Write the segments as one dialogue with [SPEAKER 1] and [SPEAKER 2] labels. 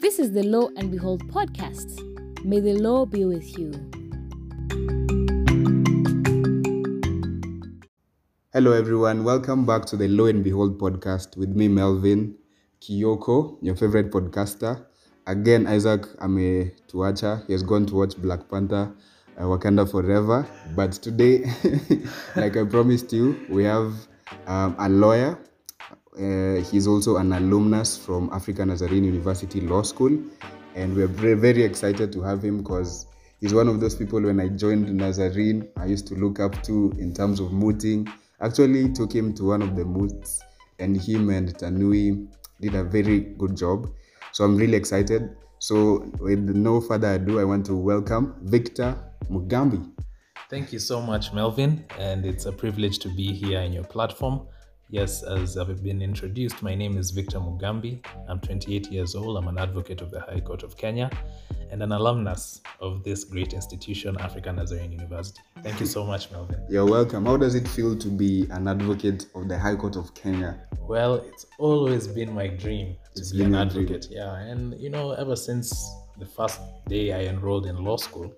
[SPEAKER 1] This is the Law and Behold podcast. May the law be with you.
[SPEAKER 2] Hello, everyone. Welcome back to the Lo and Behold podcast with me, Melvin Kiyoko, your favorite podcaster. Again, Isaac Ametuacha. He has gone to watch Black Panther, uh, Wakanda Forever. But today, like I promised you, we have um, a lawyer. Uh, he's also an alumnus from African Nazarene University Law School. And we're very, very excited to have him because he's one of those people when I joined Nazarene, I used to look up to in terms of mooting. Actually, took him to one of the moots, and him and Tanui did a very good job. So I'm really excited. So, with no further ado, I want to welcome Victor Mugambi.
[SPEAKER 3] Thank you so much, Melvin, and it's a privilege to be here in your platform. Yes, as I've been introduced, my name is Victor Mugambi. I'm 28 years old. I'm an advocate of the High Court of Kenya and an alumnus of this great institution, African Nazarene University. Thank you so much, Melvin.
[SPEAKER 2] You're welcome. How does it feel to be an advocate of the High Court of Kenya?
[SPEAKER 3] Well, it's always been my dream to
[SPEAKER 2] It's
[SPEAKER 3] be
[SPEAKER 2] been
[SPEAKER 3] an
[SPEAKER 2] your dream.
[SPEAKER 3] advocate. Yeah, and you know, ever since the first day I enrolled in law school,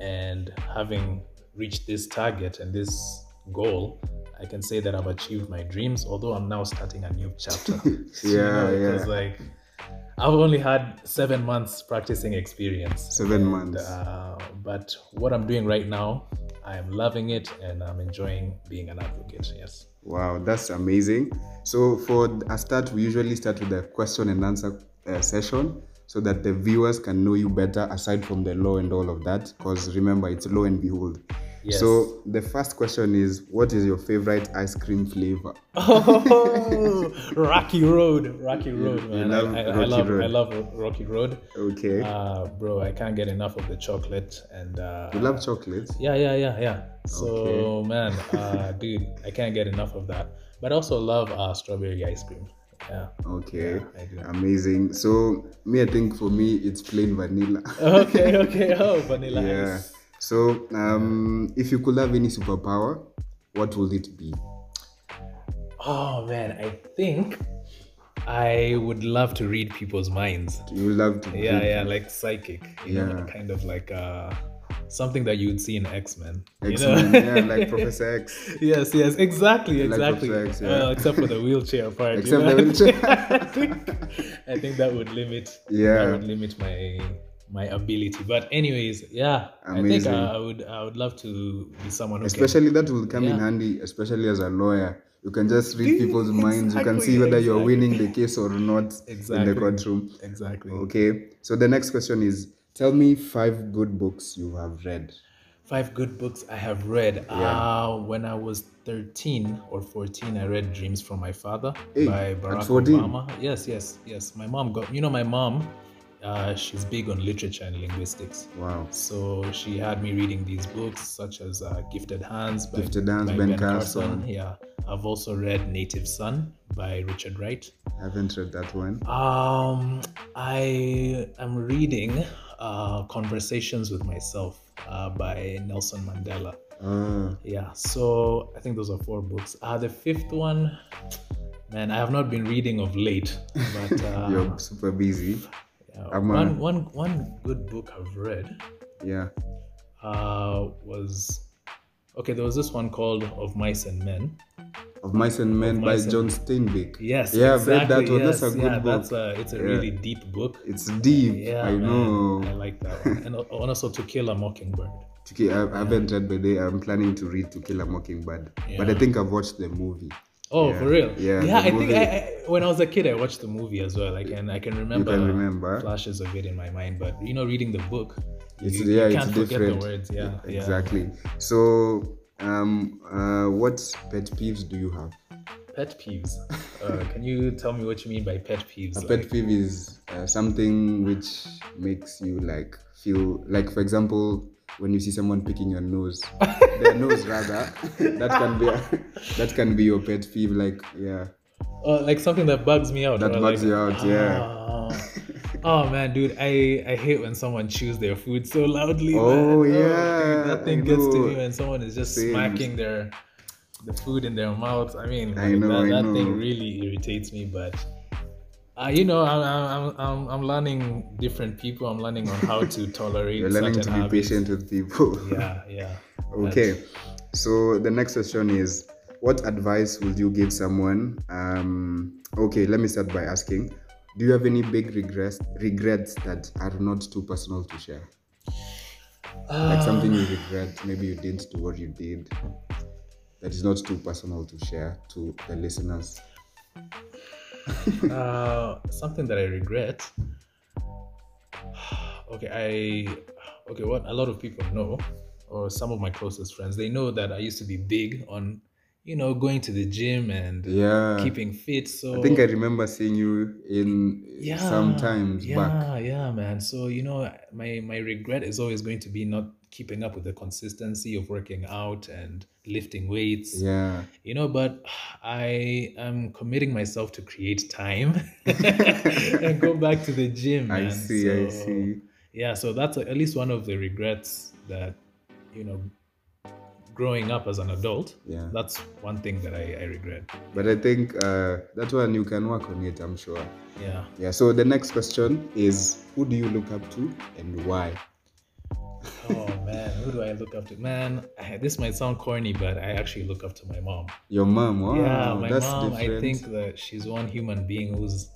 [SPEAKER 3] and having reached this target and this goal, I can say that I've achieved my dreams. Although I'm now starting a new chapter. You
[SPEAKER 2] Yeah,
[SPEAKER 3] know, it
[SPEAKER 2] yeah.
[SPEAKER 3] was like I've only had seven months practicing experience.
[SPEAKER 2] Seven months.
[SPEAKER 3] Uh, but what I'm doing right now, I am loving it and I'm enjoying being an advocate. Yes.
[SPEAKER 2] Wow, that's amazing. So, for a start, we usually start with a question and answer uh, session so that the viewers can know you better aside from the law and all of that. Because remember, it's law and behold.
[SPEAKER 3] Yes.
[SPEAKER 2] So, the first question is What is your favorite ice cream flavor?
[SPEAKER 3] Oh, Rocky Road, Rocky Road,
[SPEAKER 2] you
[SPEAKER 3] man.
[SPEAKER 2] love
[SPEAKER 3] I, I, I
[SPEAKER 2] Rocky
[SPEAKER 3] love,
[SPEAKER 2] Road.
[SPEAKER 3] I love Ro- Rocky Road.
[SPEAKER 2] Okay.
[SPEAKER 3] Uh, bro, I can't get enough of the chocolate and. Uh,
[SPEAKER 2] you love chocolate?
[SPEAKER 3] Yeah, yeah, yeah, yeah. So
[SPEAKER 2] Okay.
[SPEAKER 3] man, uh, dude, I can't get enough of that. But I also love uh, strawberry ice cream. Yeah.
[SPEAKER 2] Okay.
[SPEAKER 3] Yeah, I do.
[SPEAKER 2] amazing. So, me, I think for me, it's plain vanilla.
[SPEAKER 3] Okay, okay. Oh, vanilla
[SPEAKER 2] yeah.
[SPEAKER 3] ice.
[SPEAKER 2] So, um, if you could have any superpower, what would it be?
[SPEAKER 3] Oh man, I think I would love to read people's minds.
[SPEAKER 2] You love to
[SPEAKER 3] Yeah,
[SPEAKER 2] drink
[SPEAKER 3] yeah, like psychic. You
[SPEAKER 2] Yeah.
[SPEAKER 3] know, kind of like uh something that you'd see in X Men.
[SPEAKER 2] X-Men,
[SPEAKER 3] You know?
[SPEAKER 2] yeah, like Professor X.
[SPEAKER 3] yes, yes, exactly,
[SPEAKER 2] Like
[SPEAKER 3] exactly.
[SPEAKER 2] Professor X, yeah.
[SPEAKER 3] Well, except for the wheelchair part.
[SPEAKER 2] Except the wheelchair.
[SPEAKER 3] I, think, I think that would limit.
[SPEAKER 2] Yeah.
[SPEAKER 3] That would limit my my ability. But anyways, yeah, I
[SPEAKER 2] Amazing.
[SPEAKER 3] think uh, I, I would I would love to be someone who can
[SPEAKER 2] Especially that will come in
[SPEAKER 3] Yeah.
[SPEAKER 2] handy, especially as a lawyer. You can just read people's minds. You can
[SPEAKER 3] Exactly,
[SPEAKER 2] see whether you're
[SPEAKER 3] exactly.
[SPEAKER 2] winning the case or not in
[SPEAKER 3] Exactly.
[SPEAKER 2] the courtroom.
[SPEAKER 3] exactly.
[SPEAKER 2] Okay. So the next question is: Tell me five good books you have read.
[SPEAKER 3] Five good books I have read. Uh, when I was 13 or 14, I read Dreams from My Father
[SPEAKER 2] Hey,
[SPEAKER 3] by
[SPEAKER 2] at
[SPEAKER 3] Barack
[SPEAKER 2] 14?
[SPEAKER 3] Obama. Yes, yes, yes. My mom got, you know, my mom, uh, she's big on literature and linguistics.
[SPEAKER 2] Wow.
[SPEAKER 3] So she had me reading these books, such as uh, Gifted Hands by,
[SPEAKER 2] Gifted Hands,
[SPEAKER 3] by
[SPEAKER 2] Ben Carson.
[SPEAKER 3] Yeah. I've also read Native Son by Richard Wright.
[SPEAKER 2] I haven't read that one.
[SPEAKER 3] Um, I am reading uh, Conversations with Myself uh, by Nelson Mandela.
[SPEAKER 2] Ah,
[SPEAKER 3] Yeah, so I think those are four books. Uh, the fifth one, man, I have not been reading of late, but uh,
[SPEAKER 2] you're super busy.
[SPEAKER 3] yeah,
[SPEAKER 2] I'm, uh,
[SPEAKER 3] one, one, one good book I've read
[SPEAKER 2] Yeah.
[SPEAKER 3] uh, was okay, there was this one called Of Mice and Men.
[SPEAKER 2] Of Mice and Men
[SPEAKER 3] Of
[SPEAKER 2] by
[SPEAKER 3] Mice and-
[SPEAKER 2] John Steinbeck.
[SPEAKER 3] Yes,
[SPEAKER 2] Yeah, I've read
[SPEAKER 3] exactly.
[SPEAKER 2] that one. That's a
[SPEAKER 3] yes,
[SPEAKER 2] good
[SPEAKER 3] yeah,
[SPEAKER 2] book.
[SPEAKER 3] That's a, it's a
[SPEAKER 2] Yeah.
[SPEAKER 3] really deep book.
[SPEAKER 2] It's deep.
[SPEAKER 3] yeah,
[SPEAKER 2] I
[SPEAKER 3] man,
[SPEAKER 2] know.
[SPEAKER 3] I like that one. And al- also To Kill a Mockingbird.
[SPEAKER 2] To ki- I I haven't read, but they- I'm planning to read To Kill a Mockingbird. But I
[SPEAKER 3] Yeah.
[SPEAKER 2] think I've watched the movie.
[SPEAKER 3] Oh,
[SPEAKER 2] Yeah.
[SPEAKER 3] for real?
[SPEAKER 2] Yeah,
[SPEAKER 3] Yeah,
[SPEAKER 2] the
[SPEAKER 3] I think
[SPEAKER 2] movie.
[SPEAKER 3] I, I when I was a kid, I watched the movie as well. Like, and I can remember,
[SPEAKER 2] remember.
[SPEAKER 3] flashes of it in my mind. But you know, reading the book,
[SPEAKER 2] It's,
[SPEAKER 3] you, you
[SPEAKER 2] yeah,
[SPEAKER 3] can't
[SPEAKER 2] it's
[SPEAKER 3] forget
[SPEAKER 2] different.
[SPEAKER 3] the words. Yeah, yeah.
[SPEAKER 2] exactly. So, um, uh, what pet peeves do you have?
[SPEAKER 3] Pet peeves. Uh, can you tell me what you mean by pet peeves?
[SPEAKER 2] A
[SPEAKER 3] Like-
[SPEAKER 2] pet peeve is uh, something which makes you like feel like, for example, when you see someone picking your nose, their nose rather. that can be that can be your pet peeve. Like, yeah,
[SPEAKER 3] Oh, like something that bugs me out.
[SPEAKER 2] That
[SPEAKER 3] or
[SPEAKER 2] bugs
[SPEAKER 3] like-
[SPEAKER 2] you out, yeah.
[SPEAKER 3] Oh. Oh, man, dude, I, I hate when someone chews their food so loudly. man.
[SPEAKER 2] Oh,
[SPEAKER 3] dude,
[SPEAKER 2] yeah,
[SPEAKER 3] that
[SPEAKER 2] I
[SPEAKER 3] thing gets to
[SPEAKER 2] know.
[SPEAKER 3] me when someone is just
[SPEAKER 2] Same.
[SPEAKER 3] smacking their the food in their mouth. I mean,
[SPEAKER 2] I
[SPEAKER 3] like,
[SPEAKER 2] know,
[SPEAKER 3] that,
[SPEAKER 2] I
[SPEAKER 3] that
[SPEAKER 2] know.
[SPEAKER 3] thing really irritates me. But Uh, you know, I'm, I'm, I'm, I'm learning different people. I'm learning on how to tolerate.
[SPEAKER 2] You're learning to
[SPEAKER 3] certain
[SPEAKER 2] be
[SPEAKER 3] habits.
[SPEAKER 2] patient with people.
[SPEAKER 3] Yeah, yeah.
[SPEAKER 2] Okay, so the next question is what advice would you give someone? Um, okay, let me start by asking Do you have any big regrets, regrets that are not too personal to share? Like something you regret, maybe you didn't do what you did that is not too personal to share to the listeners.
[SPEAKER 3] Uh, something that I regret. Okay, I okay. What a lot of people know, or some of my closest friends, they know that I used to be big on, you know, going to the gym and
[SPEAKER 2] Yeah,
[SPEAKER 3] keeping fit. So
[SPEAKER 2] I think I remember seeing you in
[SPEAKER 3] yeah,
[SPEAKER 2] sometimes
[SPEAKER 3] yeah,
[SPEAKER 2] back.
[SPEAKER 3] yeah, man. So you know, my my regret is always going to be not keeping up with the consistency of working out and lifting weights.
[SPEAKER 2] Yeah,
[SPEAKER 3] you know but i am committing myself to create time and go back to the gym
[SPEAKER 2] I
[SPEAKER 3] man.
[SPEAKER 2] see, I
[SPEAKER 3] So,
[SPEAKER 2] see.
[SPEAKER 3] yeah so that's at least one of the regrets that you know growing up as an adult
[SPEAKER 2] Yeah.
[SPEAKER 3] that's one thing that i, I regret
[SPEAKER 2] But I think uh, that one you can work on it, I'm sure.
[SPEAKER 3] yeah
[SPEAKER 2] Yeah, so the next question is who do you look up to and why?
[SPEAKER 3] oh man who do i look up to man I- this might sound corny but i actually look up to my mom
[SPEAKER 2] Your mom, wow,
[SPEAKER 3] yeah my
[SPEAKER 2] Oh, that's
[SPEAKER 3] mom
[SPEAKER 2] different.
[SPEAKER 3] i think that she's one human being who's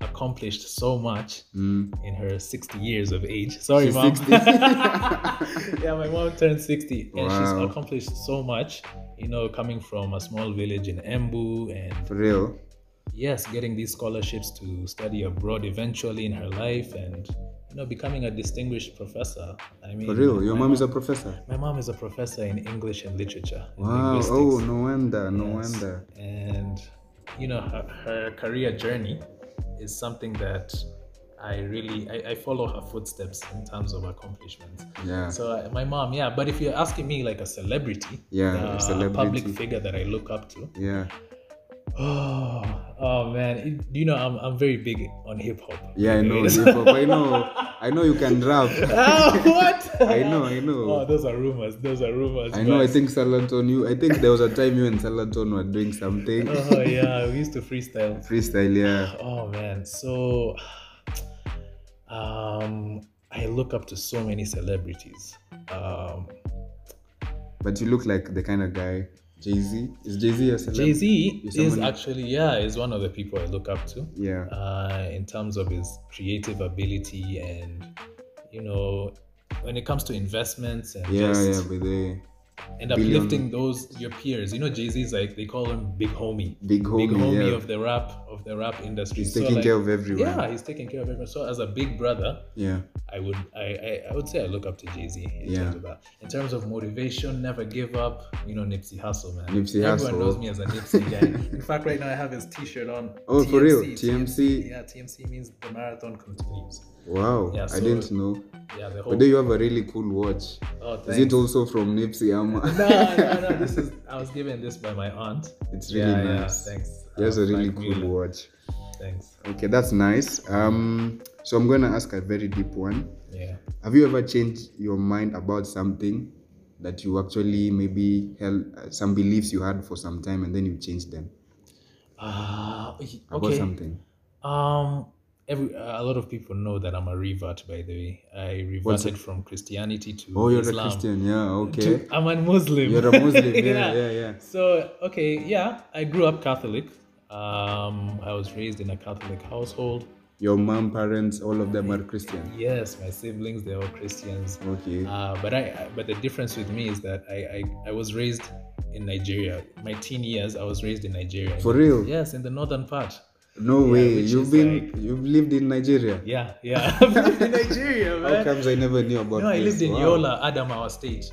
[SPEAKER 3] accomplished so much
[SPEAKER 2] Mm,
[SPEAKER 3] in her 60 years of age. Sorry,
[SPEAKER 2] She's
[SPEAKER 3] mom.
[SPEAKER 2] 60.
[SPEAKER 3] yeah, my mom turned 60 and
[SPEAKER 2] Wow.
[SPEAKER 3] she's accomplished so much, you know, coming from a small village in Embu and
[SPEAKER 2] for real.
[SPEAKER 3] yes, getting these scholarships to study abroad eventually in her life and you know, becoming a distinguished professor. I mean,
[SPEAKER 2] For real. Your
[SPEAKER 3] my
[SPEAKER 2] mom is a professor.
[SPEAKER 3] my mom is a professor in English and literature. and
[SPEAKER 2] Wow.
[SPEAKER 3] linguistics.
[SPEAKER 2] Oh, no wonder, no
[SPEAKER 3] Yes.
[SPEAKER 2] wonder.
[SPEAKER 3] And you know, her, her career journey is something that I really I, I follow her footsteps in terms of accomplishments.
[SPEAKER 2] Yeah.
[SPEAKER 3] So uh, my mom, yeah. But if you're asking me like a celebrity,
[SPEAKER 2] Yeah, a
[SPEAKER 3] uh,
[SPEAKER 2] celebrity.
[SPEAKER 3] a public figure that I look up to.
[SPEAKER 2] yeah.
[SPEAKER 3] Oh, oh man, It- you know I'm, I'm very big on hip hop.
[SPEAKER 2] Yeah, I know. hip hop. I know. I know you can rap.
[SPEAKER 3] Ah, what?
[SPEAKER 2] I know, I know.
[SPEAKER 3] Oh, those are rumors. Those are rumors.
[SPEAKER 2] I know. I
[SPEAKER 3] but-
[SPEAKER 2] think Salaton, you. I think there was a time you and Salaton were doing something.
[SPEAKER 3] Oh yeah, we used to freestyle.
[SPEAKER 2] Freestyle, yeah.
[SPEAKER 3] Oh man, so um, I look up to so many celebrities. Um,
[SPEAKER 2] But you look like the kind of guy. Jay Z. Is Jay Z a celeb?
[SPEAKER 3] Jay Z
[SPEAKER 2] You're
[SPEAKER 3] is
[SPEAKER 2] someone-
[SPEAKER 3] actually yeah is one of the people I look up to
[SPEAKER 2] Yeah.
[SPEAKER 3] uh, in terms of his creative ability and you know when it comes to investments and
[SPEAKER 2] Yeah, yeah,
[SPEAKER 3] just
[SPEAKER 2] but they.
[SPEAKER 3] and
[SPEAKER 2] billion-
[SPEAKER 3] uplifting those your peers. You know Jay Z is like they call him big homie,
[SPEAKER 2] Big homie,
[SPEAKER 3] big homie
[SPEAKER 2] yeah.
[SPEAKER 3] of the rap of the rap industry.
[SPEAKER 2] He's
[SPEAKER 3] So,
[SPEAKER 2] taking
[SPEAKER 3] like,
[SPEAKER 2] care of everyone.
[SPEAKER 3] yeah, he's taking care of everyone. So as a big brother,
[SPEAKER 2] Yeah.
[SPEAKER 3] I would I, I, I would say I look up to Jay Z in
[SPEAKER 2] Yeah.
[SPEAKER 3] terms of that. In terms of motivation, never give up. You know Nipsey Hussle, man.
[SPEAKER 2] Nipsey
[SPEAKER 3] Everyone
[SPEAKER 2] Hussle.
[SPEAKER 3] knows me as a Nipsey guy. in fact, right now I have his T-shirt on.
[SPEAKER 2] Oh, for real? TMC?
[SPEAKER 3] Yeah, TMC means the marathon continues.
[SPEAKER 2] Wow.
[SPEAKER 3] Yeah,
[SPEAKER 2] I
[SPEAKER 3] so-
[SPEAKER 2] didn't know.
[SPEAKER 3] Yeah, the whole.
[SPEAKER 2] But then you have a really cool watch.
[SPEAKER 3] oh,
[SPEAKER 2] Is
[SPEAKER 3] thanks.
[SPEAKER 2] it also from Nipsey Amma?
[SPEAKER 3] no, no, no. This is I was given this by my aunt.
[SPEAKER 2] It's really
[SPEAKER 3] yeah,
[SPEAKER 2] nice.
[SPEAKER 3] Yeah, thanks.
[SPEAKER 2] He has
[SPEAKER 3] Uh,
[SPEAKER 2] a really
[SPEAKER 3] Frank
[SPEAKER 2] cool
[SPEAKER 3] Mueller.
[SPEAKER 2] watch.
[SPEAKER 3] Thanks.
[SPEAKER 2] Okay, that's nice. Um, so I'm gonna ask a very deep one.
[SPEAKER 3] Yeah.
[SPEAKER 2] Have you ever changed your mind about something that you actually maybe held uh, some beliefs you had for some time and then you changed them
[SPEAKER 3] Uh,
[SPEAKER 2] about
[SPEAKER 3] okay.
[SPEAKER 2] something?
[SPEAKER 3] Um, every a lot of people know that I'm a revert. By the way, I
[SPEAKER 2] What's
[SPEAKER 3] reverted from Christianity to
[SPEAKER 2] Oh, you're
[SPEAKER 3] Islam.
[SPEAKER 2] a Christian. Yeah. Okay.
[SPEAKER 3] To- I'm a Muslim.
[SPEAKER 2] You're a Muslim. yeah. Yeah. Yeah.
[SPEAKER 3] So okay, yeah, I grew up Catholic. Um, I was raised in a Catholic household.
[SPEAKER 2] Your mom, parents, all of them are Christian.
[SPEAKER 3] Yes, my siblings they were Christians.
[SPEAKER 2] Okay.
[SPEAKER 3] Uh, but I, I but the difference with me is that I, I I was raised in Nigeria. My teen years, I was raised in Nigeria.
[SPEAKER 2] For real?
[SPEAKER 3] Yes, in the northern part.
[SPEAKER 2] No
[SPEAKER 3] Yeah,
[SPEAKER 2] way.
[SPEAKER 3] which
[SPEAKER 2] You've
[SPEAKER 3] is
[SPEAKER 2] been
[SPEAKER 3] like-
[SPEAKER 2] you've lived in Nigeria.
[SPEAKER 3] Yeah, yeah. I've lived in Nigeria, man.
[SPEAKER 2] How comes I never knew about
[SPEAKER 3] No, I
[SPEAKER 2] this?
[SPEAKER 3] lived in
[SPEAKER 2] Wow.
[SPEAKER 3] Yola, Adamawa State.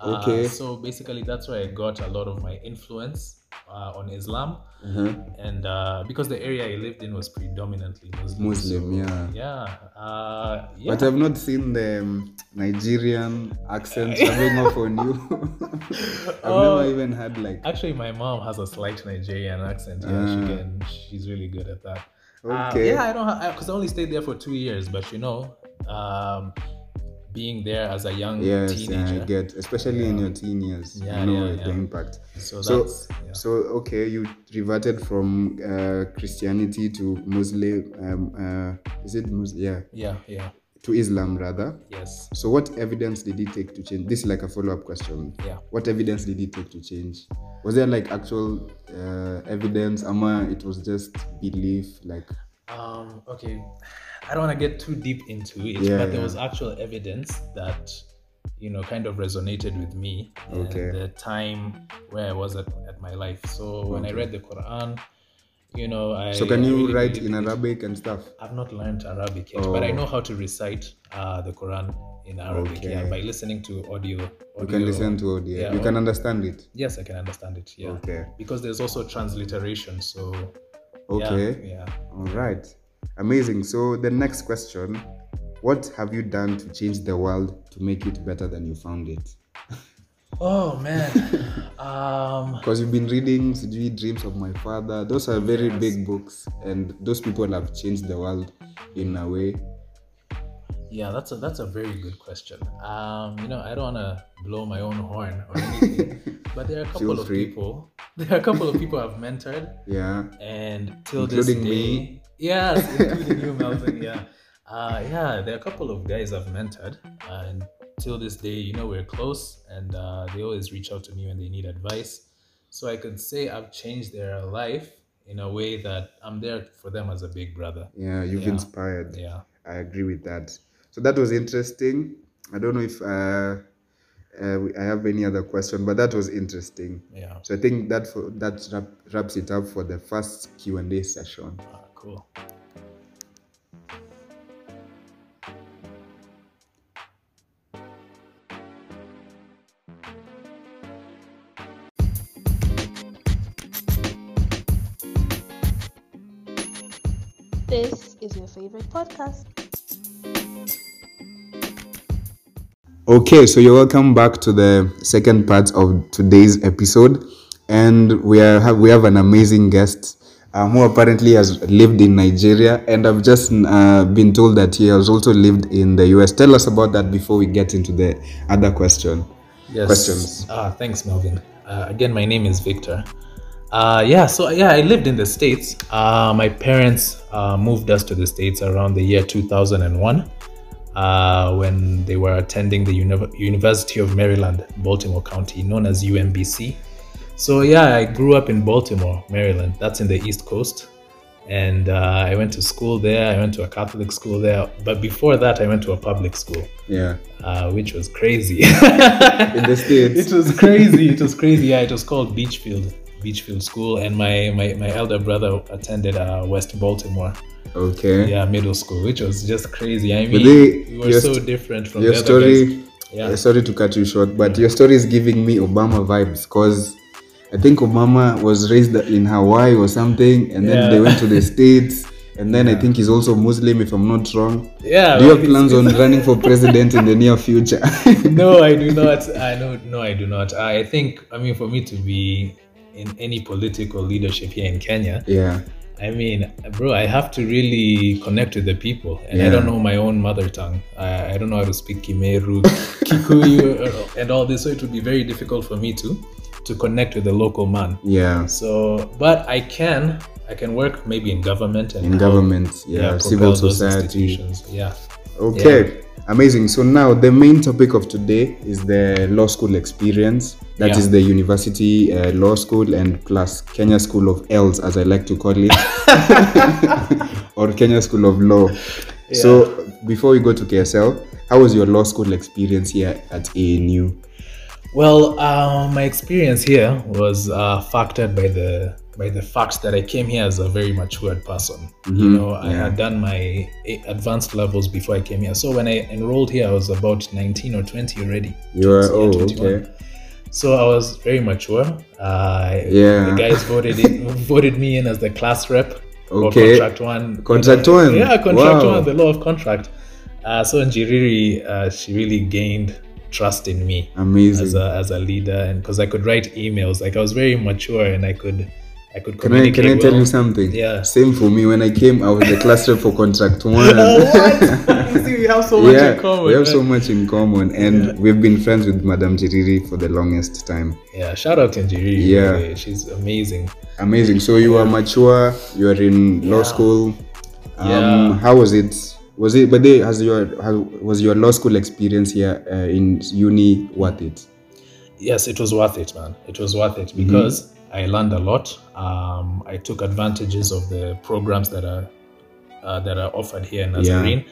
[SPEAKER 3] Uh,
[SPEAKER 2] Okay.
[SPEAKER 3] So basically, that's where I got a lot of my influence uh, on Islam,
[SPEAKER 2] Uh-huh.
[SPEAKER 3] and uh, because the area I lived in was predominantly Muslim.
[SPEAKER 2] Muslim, yeah.
[SPEAKER 3] Yeah. Uh, yeah.
[SPEAKER 2] But I've not seen the um, Nigerian accent coming off on you. I've
[SPEAKER 3] Oh.
[SPEAKER 2] never even had like
[SPEAKER 3] Actually, my mom has a slight Nigerian accent. Yeah,
[SPEAKER 2] Ah.
[SPEAKER 3] she can. She's really good at that. Uh,
[SPEAKER 2] okay.
[SPEAKER 3] yeah, I don't because I, 'cause I only stayed there for two years, but you know, um, being there as a young
[SPEAKER 2] Yes,
[SPEAKER 3] teenager.
[SPEAKER 2] I get, especially in your teen years.
[SPEAKER 3] Yeah,
[SPEAKER 2] you know
[SPEAKER 3] yeah,
[SPEAKER 2] the
[SPEAKER 3] yeah.
[SPEAKER 2] impact.
[SPEAKER 3] So
[SPEAKER 2] so,
[SPEAKER 3] that's- yeah.
[SPEAKER 2] so okay, you reverted from uh, Christianity to Muslim. Um, uh, is it Muslim? Yeah,
[SPEAKER 3] yeah, yeah,
[SPEAKER 2] to Islam rather.
[SPEAKER 3] yes.
[SPEAKER 2] So, what evidence did it take to change? This is like a follow-up question.
[SPEAKER 3] Yeah.
[SPEAKER 2] What evidence did it take to change? Was there like actual uh, evidence, ama it was just belief? Like,
[SPEAKER 3] Um, okay, I don't want to get too deep into it,
[SPEAKER 2] Yeah,
[SPEAKER 3] but there
[SPEAKER 2] yeah.
[SPEAKER 3] was actual evidence that you know kind of resonated with me and
[SPEAKER 2] Okay.
[SPEAKER 3] the time where I was at, at my life. So when I read the Quran, you know, I
[SPEAKER 2] so can
[SPEAKER 3] I
[SPEAKER 2] you
[SPEAKER 3] really
[SPEAKER 2] write
[SPEAKER 3] believe
[SPEAKER 2] in
[SPEAKER 3] it.
[SPEAKER 2] Arabic and stuff?
[SPEAKER 3] I've not learned Arabic yet, but I
[SPEAKER 2] Oh.
[SPEAKER 3] know how to recite uh, the Quran in Arabic.
[SPEAKER 2] Okay.
[SPEAKER 3] Yeah, by listening to audio.
[SPEAKER 2] You
[SPEAKER 3] audio
[SPEAKER 2] can listen to audio.
[SPEAKER 3] Yeah,
[SPEAKER 2] you can understand it.
[SPEAKER 3] Yes, I can understand it. Yeah.
[SPEAKER 2] Okay.
[SPEAKER 3] Because there's also transliteration, so yeah,
[SPEAKER 2] Okay.
[SPEAKER 3] yeah.
[SPEAKER 2] All right. Amazing. So the next question, what have you done to change the world to make it better than you found it?
[SPEAKER 3] Oh man. um
[SPEAKER 2] Because you've been reading Sijui Dreams of My Father. Those are very big books and those people have changed the world in a way.
[SPEAKER 3] yeah, that's a that's a very good question. Um, you know, I don't wanna blow my own horn or anything. but there are a couple of
[SPEAKER 2] free.
[SPEAKER 3] people there are a couple of people I've mentored
[SPEAKER 2] Yeah.
[SPEAKER 3] and till
[SPEAKER 2] Including
[SPEAKER 3] this day,
[SPEAKER 2] me.
[SPEAKER 3] yes, including you, Melvin. Yeah, uh, yeah. There are a couple of guys I've mentored, uh, and till this day, you know, we're close, and uh, they always reach out to me when they need advice. So I could say I've changed their life in a way that I'm there for them as a big brother.
[SPEAKER 2] Yeah, you've
[SPEAKER 3] Yeah.
[SPEAKER 2] inspired.
[SPEAKER 3] Yeah,
[SPEAKER 2] I agree with that. So that was interesting. I don't know if uh, uh, we- I have any other question, but that was interesting.
[SPEAKER 3] yeah.
[SPEAKER 2] So I think that for, that wrap, wraps it up for the first Q and A session.
[SPEAKER 3] Ah, cool.
[SPEAKER 4] This is your favorite podcast.
[SPEAKER 2] Okay, so you're welcome back to the second part of today's episode, and we are have, we have an amazing guest uh, who apparently has lived in Nigeria, and I've just uh, been told that he has also lived in the US. Tell us about that before we get into the other question.
[SPEAKER 3] yes.
[SPEAKER 2] questions.
[SPEAKER 3] Ah, thanks, Melvin. Uh, again, my name is Victor. Uh, yeah, so yeah, I lived in the States. Uh, my parents uh, moved us to the States around the year 2001 uh, when they were attending the Univ- University of Maryland, Baltimore County, known as UMBC. So yeah, I grew up in Baltimore, Maryland. That's in the East Coast. And uh, I went to school there. I went to a Catholic school there. But before that, I went to a public school
[SPEAKER 2] Yeah,
[SPEAKER 3] uh, which was crazy.
[SPEAKER 2] in the states.
[SPEAKER 3] it was crazy. It was crazy. Yeah, it was called Beachfield, Beachfield School, and my my, my elder brother attended uh, West Baltimore,
[SPEAKER 2] Okay,
[SPEAKER 3] yeah, middle school, which was just crazy. I mean,
[SPEAKER 2] they-
[SPEAKER 3] we were
[SPEAKER 2] your
[SPEAKER 3] so
[SPEAKER 2] st-
[SPEAKER 3] different from
[SPEAKER 2] your
[SPEAKER 3] the other
[SPEAKER 2] story.
[SPEAKER 3] guys. Yeah.
[SPEAKER 2] uh, sorry to cut you short, but your story is giving me Obama vibes because. I think Obama was raised in Hawaii or something, and then
[SPEAKER 3] Yeah.
[SPEAKER 2] they went to the States, and then I think he's also Muslim, if I'm not wrong.
[SPEAKER 3] Yeah,
[SPEAKER 2] Do you
[SPEAKER 3] like
[SPEAKER 2] have
[SPEAKER 3] it's-
[SPEAKER 2] plans on running for president in the near future?
[SPEAKER 3] no, I do not. I know. No, I do not. I think. I mean, for me to be in any political leadership here in Kenya,
[SPEAKER 2] yeah,
[SPEAKER 3] I mean, bro, I have to really connect with the people, and I
[SPEAKER 2] Yeah.
[SPEAKER 3] don't know my own mother tongue. I, I don't know how to speak Kimeru, Kikuyu, uh, and all this, so it would be very difficult for me to to connect with the local man.
[SPEAKER 2] yeah,
[SPEAKER 3] So, but I can, I can work maybe in government and
[SPEAKER 2] in government,
[SPEAKER 3] yeah,
[SPEAKER 2] yeah,
[SPEAKER 3] propel
[SPEAKER 2] civil
[SPEAKER 3] those
[SPEAKER 2] society.
[SPEAKER 3] institutions. Yeah,
[SPEAKER 2] Okay, amazing. So now the main topic of today is the law school experience. That is
[SPEAKER 3] Yeah.
[SPEAKER 2] the university uh, law school and plus Kenya School of L's, as I like to call it, or Kenya School of Law. So before we go to KSL, how was your law school experience here at ANU?
[SPEAKER 3] Well, uh, my experience here was uh, factored by the by the fact that I came here as a very matured person. You
[SPEAKER 2] Mhm,
[SPEAKER 3] know, I
[SPEAKER 2] yeah.
[SPEAKER 3] had done my a- advanced levels before I came here. So when I enrolled here, I was about 19 or 20 already.
[SPEAKER 2] You were
[SPEAKER 3] 20,
[SPEAKER 2] oh
[SPEAKER 3] 21.
[SPEAKER 2] okay
[SPEAKER 3] So I was very mature. Uh,
[SPEAKER 2] Yeah.
[SPEAKER 3] The guys voted in, voted me in as the class rep. for
[SPEAKER 2] Okay.
[SPEAKER 3] contract one.
[SPEAKER 2] Contract one?
[SPEAKER 3] Yeah, contract
[SPEAKER 2] Wow.
[SPEAKER 3] one. The law of contract. Uh, so Njiriri, uh, she really gained trust in me
[SPEAKER 2] amazing.
[SPEAKER 3] as a, as a leader and because i could write emails like i was very mature and i could I could
[SPEAKER 2] Can I,
[SPEAKER 3] communicate.
[SPEAKER 2] can I tell
[SPEAKER 3] well.
[SPEAKER 2] you something?
[SPEAKER 3] Yeah.
[SPEAKER 2] Same for me. When I came, I was the class rep for contract one.
[SPEAKER 3] Oh, what? you see, we have so much
[SPEAKER 2] yeah,
[SPEAKER 3] in common. eh?
[SPEAKER 2] we have
[SPEAKER 3] man.
[SPEAKER 2] so much in common, and we've been friends with Madame Jiriri for the longest time.
[SPEAKER 3] yeah, shout out to Njiri.
[SPEAKER 2] Yeah.
[SPEAKER 3] she's amazing.
[SPEAKER 2] Amazing. So you are mature. You are in law school. Um,
[SPEAKER 3] Yeah.
[SPEAKER 2] How was it? Was it? But they, has your has, was your law school experience here uh, in uni worth it?
[SPEAKER 3] yes, it was worth it, man. It was worth
[SPEAKER 2] Mm-hmm.
[SPEAKER 3] it because I learned a lot. Um, I took advantages of the programs that are uh, that are offered here in
[SPEAKER 2] Yeah.
[SPEAKER 3] Nazarene,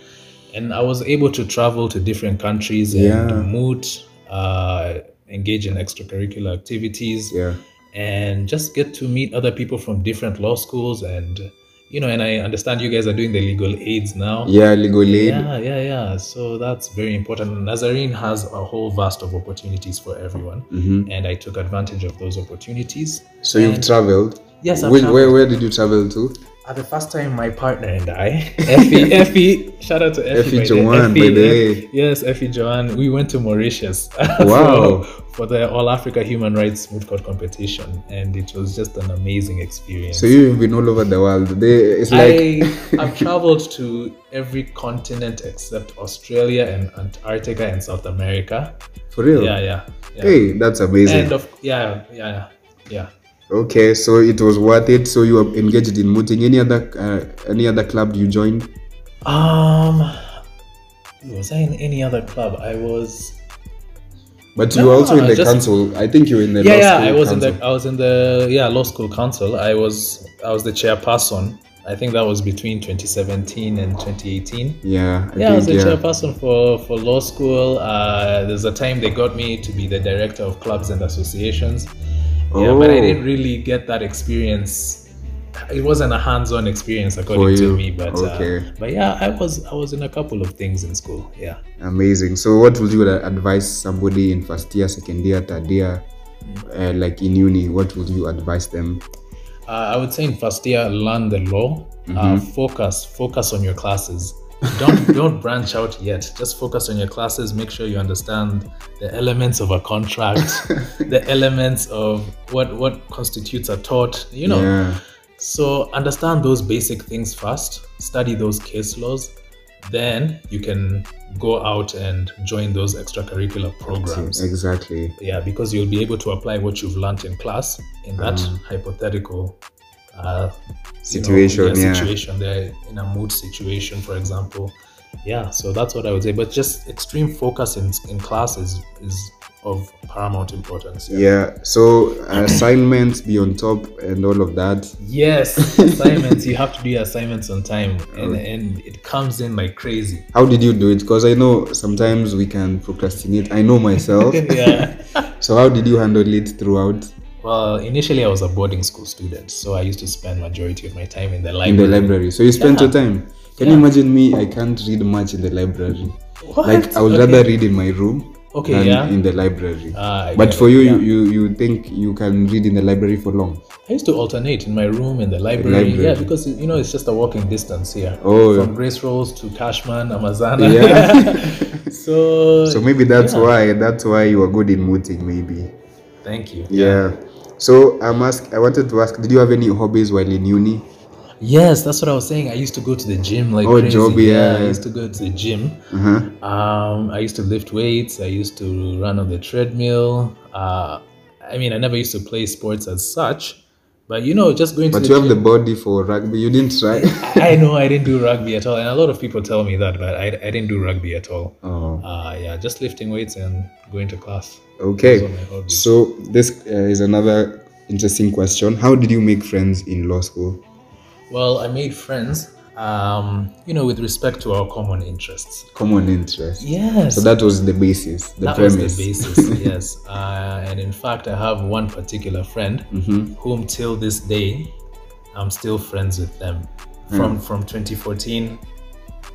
[SPEAKER 3] and I was able to travel to different countries and
[SPEAKER 2] Yeah.
[SPEAKER 3] moot, uh, engage in extracurricular activities,
[SPEAKER 2] Yeah.
[SPEAKER 3] and just get to meet other people from different law schools and. You know, and I understand you guys are doing the legal aids now.
[SPEAKER 2] Yeah, legal aid.
[SPEAKER 3] Yeah, yeah, yeah. So that's very important. Nazarene has a whole vast of opportunities for everyone,
[SPEAKER 2] Mhm.
[SPEAKER 3] and I took advantage of those opportunities.
[SPEAKER 2] So you've
[SPEAKER 3] And-
[SPEAKER 2] traveled.
[SPEAKER 3] Yes, I've
[SPEAKER 2] Which- Where
[SPEAKER 3] traveled.
[SPEAKER 2] where did you travel to?
[SPEAKER 3] At the first time, my partner and I, Effie, Effie, shout out to
[SPEAKER 2] Effie
[SPEAKER 3] Effie, by the-
[SPEAKER 2] Joanne, by the way.
[SPEAKER 3] yes, Effie Joanne. We went to Mauritius.
[SPEAKER 2] Wow.
[SPEAKER 3] for, for the All Africa Human Rights Food Court competition, and it was just an amazing experience.
[SPEAKER 2] So you've been all over the world. They, it's like
[SPEAKER 3] I have traveled to every continent except Australia and Antarctica and South America.
[SPEAKER 2] for real.
[SPEAKER 3] Yeah, yeah. yeah.
[SPEAKER 2] Hey, that's amazing.
[SPEAKER 3] and of yeah, yeah, yeah.
[SPEAKER 2] Okay, so it was worth it. So you were engaged in mooting. Any other uh, any other club you joined?
[SPEAKER 3] Um, was I in any other club? I was.
[SPEAKER 2] But you were
[SPEAKER 3] No,
[SPEAKER 2] also in
[SPEAKER 3] I
[SPEAKER 2] the
[SPEAKER 3] just-
[SPEAKER 2] council. I think you were in the
[SPEAKER 3] Yeah,
[SPEAKER 2] law
[SPEAKER 3] yeah.
[SPEAKER 2] school
[SPEAKER 3] I was
[SPEAKER 2] council.
[SPEAKER 3] in the I was in the yeah law school council. I was I was the chairperson. I think that was between 2017 and 2018.
[SPEAKER 2] Yeah, I
[SPEAKER 3] Yeah, I was the
[SPEAKER 2] think, yeah.
[SPEAKER 3] chairperson for, for law school. Uh, there's a time they got me to be the director of clubs and associations. Yeah, but I
[SPEAKER 2] Oh.
[SPEAKER 3] didn't really get that experience. It wasn't a hands-on experience
[SPEAKER 2] For
[SPEAKER 3] according to
[SPEAKER 2] you.
[SPEAKER 3] me, but
[SPEAKER 2] Okay.
[SPEAKER 3] uh, but yeah, I was I was in a couple of things in school. Yeah,
[SPEAKER 2] Amazing. So what would you advise somebody in first year, second year, third year, uh, like in uni? What would you advise them?
[SPEAKER 3] uh, I would say in first year, learn the law. Uh, focus, focus on your classes. Don't don't branch out yet. Just focus on your classes. Make sure you understand the elements of a contract, the elements of what what constitutes a tort. You know,
[SPEAKER 2] Yeah,
[SPEAKER 3] So understand those basic things first, study those case laws, then you can go out and join those extracurricular programs.
[SPEAKER 2] exactly.
[SPEAKER 3] Yeah, because you'll be able to apply what you've learned in class in that
[SPEAKER 2] Mm.
[SPEAKER 3] hypothetical uh, you know,
[SPEAKER 2] Situation, yeah.
[SPEAKER 3] Situation there in a mood situation, for example. Yeah, so that's what I would say. But just extreme focus in in class is is of paramount importance.
[SPEAKER 2] Yeah. So assignments be on top and all of that.
[SPEAKER 3] Yes, assignments. you have to do your assignments on time, and and it comes in like crazy.
[SPEAKER 2] How did you do it? Because I know sometimes we can procrastinate. I know myself.
[SPEAKER 3] Yeah.
[SPEAKER 2] So how did you handle it throughout
[SPEAKER 3] well, initially I was a boarding school student, so I used to spend majority of my time in the
[SPEAKER 2] in
[SPEAKER 3] library.
[SPEAKER 2] the library? So you spent your time. Can you imagine me? I can't read much in the library.
[SPEAKER 3] What?
[SPEAKER 2] Like I would
[SPEAKER 3] Okay.
[SPEAKER 2] rather read in my room
[SPEAKER 3] Okay,
[SPEAKER 2] than
[SPEAKER 3] yeah.
[SPEAKER 2] in the library.
[SPEAKER 3] Ah, I
[SPEAKER 2] but
[SPEAKER 3] get
[SPEAKER 2] for
[SPEAKER 3] it,
[SPEAKER 2] you,
[SPEAKER 3] yeah.
[SPEAKER 2] you, you, you think you can read in the library for long?
[SPEAKER 3] I used to alternate in my room in the library.
[SPEAKER 2] library.
[SPEAKER 3] Yeah, because you know it's just a walking distance here.
[SPEAKER 2] Oh, yeah.
[SPEAKER 3] From Grace Rolls to Cashman, Amazana.
[SPEAKER 2] Yeah.
[SPEAKER 3] so.
[SPEAKER 2] So maybe that's
[SPEAKER 3] Yeah.
[SPEAKER 2] why that's why you are good in mooting, maybe.
[SPEAKER 3] Thank you.
[SPEAKER 2] Yeah. So I'm ask. I wanted to ask. Did you have any hobbies while in uni?
[SPEAKER 3] Yes, that's what I was saying. I used to go to the gym like
[SPEAKER 2] Oh,
[SPEAKER 3] crazy.
[SPEAKER 2] job, yeah.
[SPEAKER 3] I used to go to the gym.
[SPEAKER 2] Uh huh.
[SPEAKER 3] Um, I used to lift weights. I used to run on the treadmill. Uh, I mean, I never used to play sports as such, but you know, just going to.
[SPEAKER 2] But
[SPEAKER 3] the
[SPEAKER 2] you have the
[SPEAKER 3] gym-
[SPEAKER 2] body for rugby. You didn't try.
[SPEAKER 3] I know I didn't do rugby at all, and a lot of people tell me that, but I, I didn't do rugby at all.
[SPEAKER 2] oh.
[SPEAKER 3] Uh, yeah, just lifting weights and going to class.
[SPEAKER 2] Okay.
[SPEAKER 3] Those are my hobbies.
[SPEAKER 2] So this uh, is another interesting question. How did you make friends in law school?
[SPEAKER 3] Well, I made friends. Um, you know, with respect to our common interests.
[SPEAKER 2] Common interest.
[SPEAKER 3] Yes.
[SPEAKER 2] So that was the basis, the
[SPEAKER 3] that
[SPEAKER 2] premise.
[SPEAKER 3] was the basis yes uh, and in fact i have one particular friend
[SPEAKER 2] Mm-hmm.
[SPEAKER 3] whom till this day i'm still friends with them
[SPEAKER 2] Mm.
[SPEAKER 3] from from 2014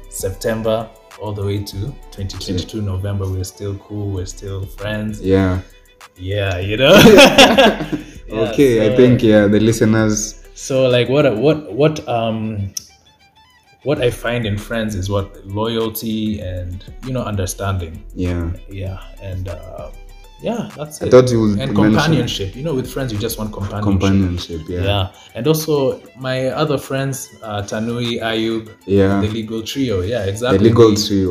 [SPEAKER 3] september all the way to 2022 november we're still cool we're still friends
[SPEAKER 2] Yeah.
[SPEAKER 3] yeah you know Yeah,
[SPEAKER 2] okay, I
[SPEAKER 3] so-
[SPEAKER 2] think yeah, the listeners.
[SPEAKER 3] so like what what what um what i find in friends is what loyalty and you know understanding
[SPEAKER 2] Yeah.
[SPEAKER 3] yeah and uh, Yeah, that's it.
[SPEAKER 2] thought you would
[SPEAKER 3] and
[SPEAKER 2] mention-
[SPEAKER 3] companionship. You know, with friends, you just want companionship.
[SPEAKER 2] companionship. Yeah.
[SPEAKER 3] Yeah. And also my other friends, uh, Tanui, Ayub,
[SPEAKER 2] Yeah.
[SPEAKER 3] the legal trio. Yeah,
[SPEAKER 2] Ah. The
[SPEAKER 3] exactly.
[SPEAKER 2] legal
[SPEAKER 3] We-
[SPEAKER 2] trio.